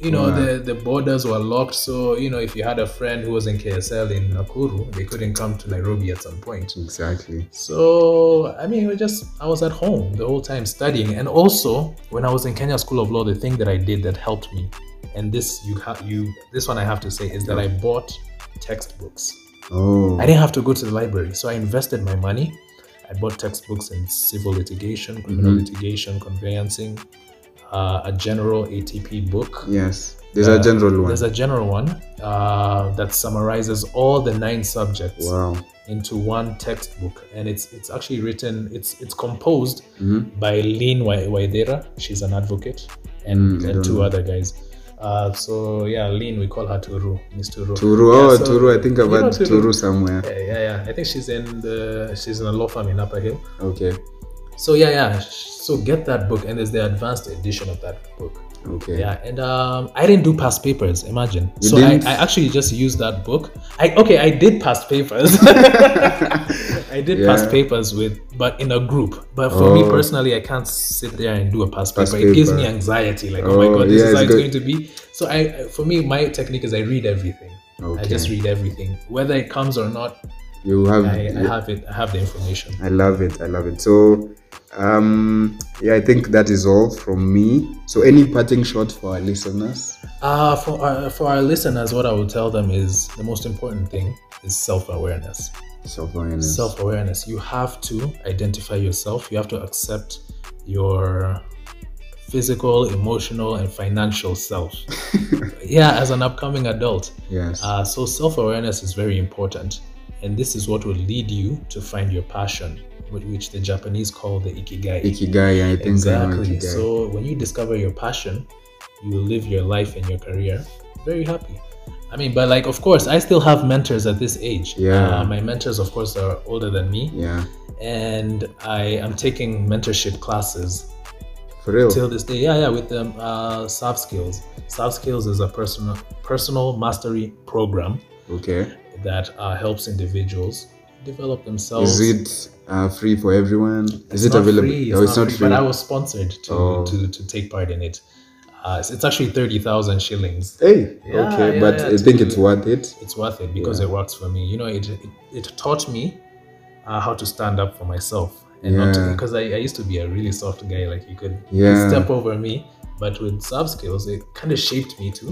[SPEAKER 3] you know
[SPEAKER 2] Wow.
[SPEAKER 3] the the borders were locked. So you know if you had a friend who was in KSL in Nakuru, they couldn't come to Nairobi at some point.
[SPEAKER 2] Mm. Exactly.
[SPEAKER 3] So I mean, we just I was at home the whole time studying, and also when I was in Kenya School of Law, the thing that I did that helped me, and this you have you this one I have to say is that I bought textbooks.
[SPEAKER 2] Oh,
[SPEAKER 3] I didn't have to go to the library, so I invested my money. I bought textbooks in civil litigation, criminal
[SPEAKER 2] Mm-hmm.
[SPEAKER 3] litigation, conveyancing, uh, a general ATP book. Uh,
[SPEAKER 2] yes. There's a general one.
[SPEAKER 3] There's a general one uh, that summarizes all the nine subjects
[SPEAKER 2] wow.
[SPEAKER 3] into one textbook and it's it's actually written it's it's composed
[SPEAKER 2] Mm-hmm.
[SPEAKER 3] by Lynn Wa- Waidera she's an advocate and,
[SPEAKER 2] Mm, I
[SPEAKER 3] and two
[SPEAKER 2] don't know.
[SPEAKER 3] other guys uh, so yeah Lynn we call her Turu Miss Turu
[SPEAKER 2] Turu.
[SPEAKER 3] Yeah,
[SPEAKER 2] oh,
[SPEAKER 3] so-
[SPEAKER 2] Turu. I think I've
[SPEAKER 3] You know
[SPEAKER 2] had
[SPEAKER 3] Turu.
[SPEAKER 2] Turu somewhere.
[SPEAKER 3] yeah, yeah yeah I think she's in the she's in a law firm in Upper Hill
[SPEAKER 2] Okay.
[SPEAKER 3] so yeah yeah so get that book and there's the advanced edition of that book
[SPEAKER 2] Okay.
[SPEAKER 3] yeah and um, i didn't do past papers imagine
[SPEAKER 2] You
[SPEAKER 3] so
[SPEAKER 2] didn't?
[SPEAKER 3] I, I actually just used that book i okay i did past papers i did past
[SPEAKER 2] Yeah.
[SPEAKER 3] papers with but in a group but for me
[SPEAKER 2] Oh.
[SPEAKER 3] personally i can't sit there and do a past,
[SPEAKER 2] Past
[SPEAKER 3] paper. it gives
[SPEAKER 2] paper.
[SPEAKER 3] me anxiety like oh, my
[SPEAKER 2] Oh,
[SPEAKER 3] god this
[SPEAKER 2] yeah,
[SPEAKER 3] is how
[SPEAKER 2] it's
[SPEAKER 3] it's
[SPEAKER 2] good.
[SPEAKER 3] going to be so i I- for me my technique is i read everything i
[SPEAKER 2] Okay.
[SPEAKER 3] just read everything whether it comes or not
[SPEAKER 2] You have.
[SPEAKER 3] I, I have it i have the information
[SPEAKER 2] I love it. I love it. So, um, yeah, I think that is all from me. So, any parting shot for our listeners?
[SPEAKER 3] uh, for, our, for our listeners what i will tell them is the most important thing is self-awareness
[SPEAKER 2] Self awareness.
[SPEAKER 3] self awareness. You have to identify yourself. You have to accept your physical, emotional, and financial self. yeah, as an upcoming adult.
[SPEAKER 2] Yes.
[SPEAKER 3] Uh, so, self awareness is very important. And this is what will lead you to find your passion, whi- which the Japanese call the ikigai.
[SPEAKER 2] ikigai. I think I know
[SPEAKER 3] Exactly.
[SPEAKER 2] ikigai.
[SPEAKER 3] So when you discover your passion, you will live your life and your career very happy. I mean, but like, of course, I still have mentors at this age.
[SPEAKER 2] Yeah.
[SPEAKER 3] Uh, my mentors, of course, are older than me,
[SPEAKER 2] yeah.
[SPEAKER 3] and I am taking mentorship classes
[SPEAKER 2] For real.
[SPEAKER 3] till this day. Yeah, yeah, with them. Uh, soft skills. Soft skills is a personal personal mastery program
[SPEAKER 2] okay.
[SPEAKER 3] that uh, helps individuals develop
[SPEAKER 2] Is
[SPEAKER 3] themselves.
[SPEAKER 2] it uh, free for everyone? Is it
[SPEAKER 3] not
[SPEAKER 2] available?
[SPEAKER 3] Free.
[SPEAKER 2] oh, it's not free.
[SPEAKER 3] But I was sponsored to
[SPEAKER 2] Oh.
[SPEAKER 3] to, to take part in it. Uh, it's, it's actually thirty thousand shillings.
[SPEAKER 2] Hey.
[SPEAKER 3] Yeah,
[SPEAKER 2] okay.
[SPEAKER 3] yeah,
[SPEAKER 2] but
[SPEAKER 3] yeah,
[SPEAKER 2] I think it's
[SPEAKER 3] to-
[SPEAKER 2] worth it.
[SPEAKER 3] It's worth it because it works for me. You know, it it, it taught me uh, how to stand up for myself and
[SPEAKER 2] Yeah.
[SPEAKER 3] not because I, I used to be a really soft guy. Like you could
[SPEAKER 2] Yeah.
[SPEAKER 3] step over me, but with sub skills, it kind of shaped me to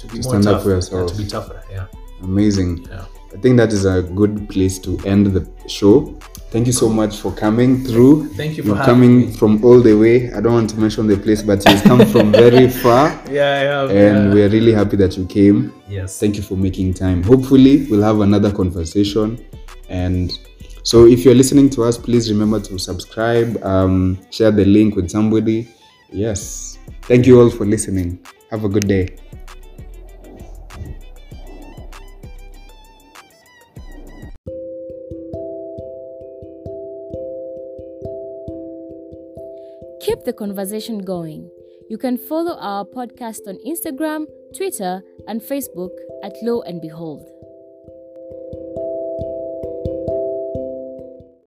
[SPEAKER 3] to be
[SPEAKER 2] To
[SPEAKER 3] more
[SPEAKER 2] stand up
[SPEAKER 3] tough,
[SPEAKER 2] for
[SPEAKER 3] yeah,
[SPEAKER 2] yourself.
[SPEAKER 3] to be tougher. Yeah,
[SPEAKER 2] Amazing.
[SPEAKER 3] yeah.
[SPEAKER 2] I think that is a good place to end the show. Thank you so much for coming through.
[SPEAKER 3] Thank you for
[SPEAKER 2] You're
[SPEAKER 3] having
[SPEAKER 2] coming
[SPEAKER 3] me.
[SPEAKER 2] from all the way. I don't want to mention the place, but you've come from very far.
[SPEAKER 3] Yeah, yeah,
[SPEAKER 2] And we're really happy that you came.
[SPEAKER 3] yes.
[SPEAKER 2] Thank you for making time. Hopefully, we'll have another conversation. And so, if you're listening to us, please remember to subscribe, um, share the link with somebody. Yes. Thank you all for listening. Have a good day.
[SPEAKER 1] Keep the conversation going. You can follow our podcast on Instagram, Twitter, and Facebook at Lo and Behold.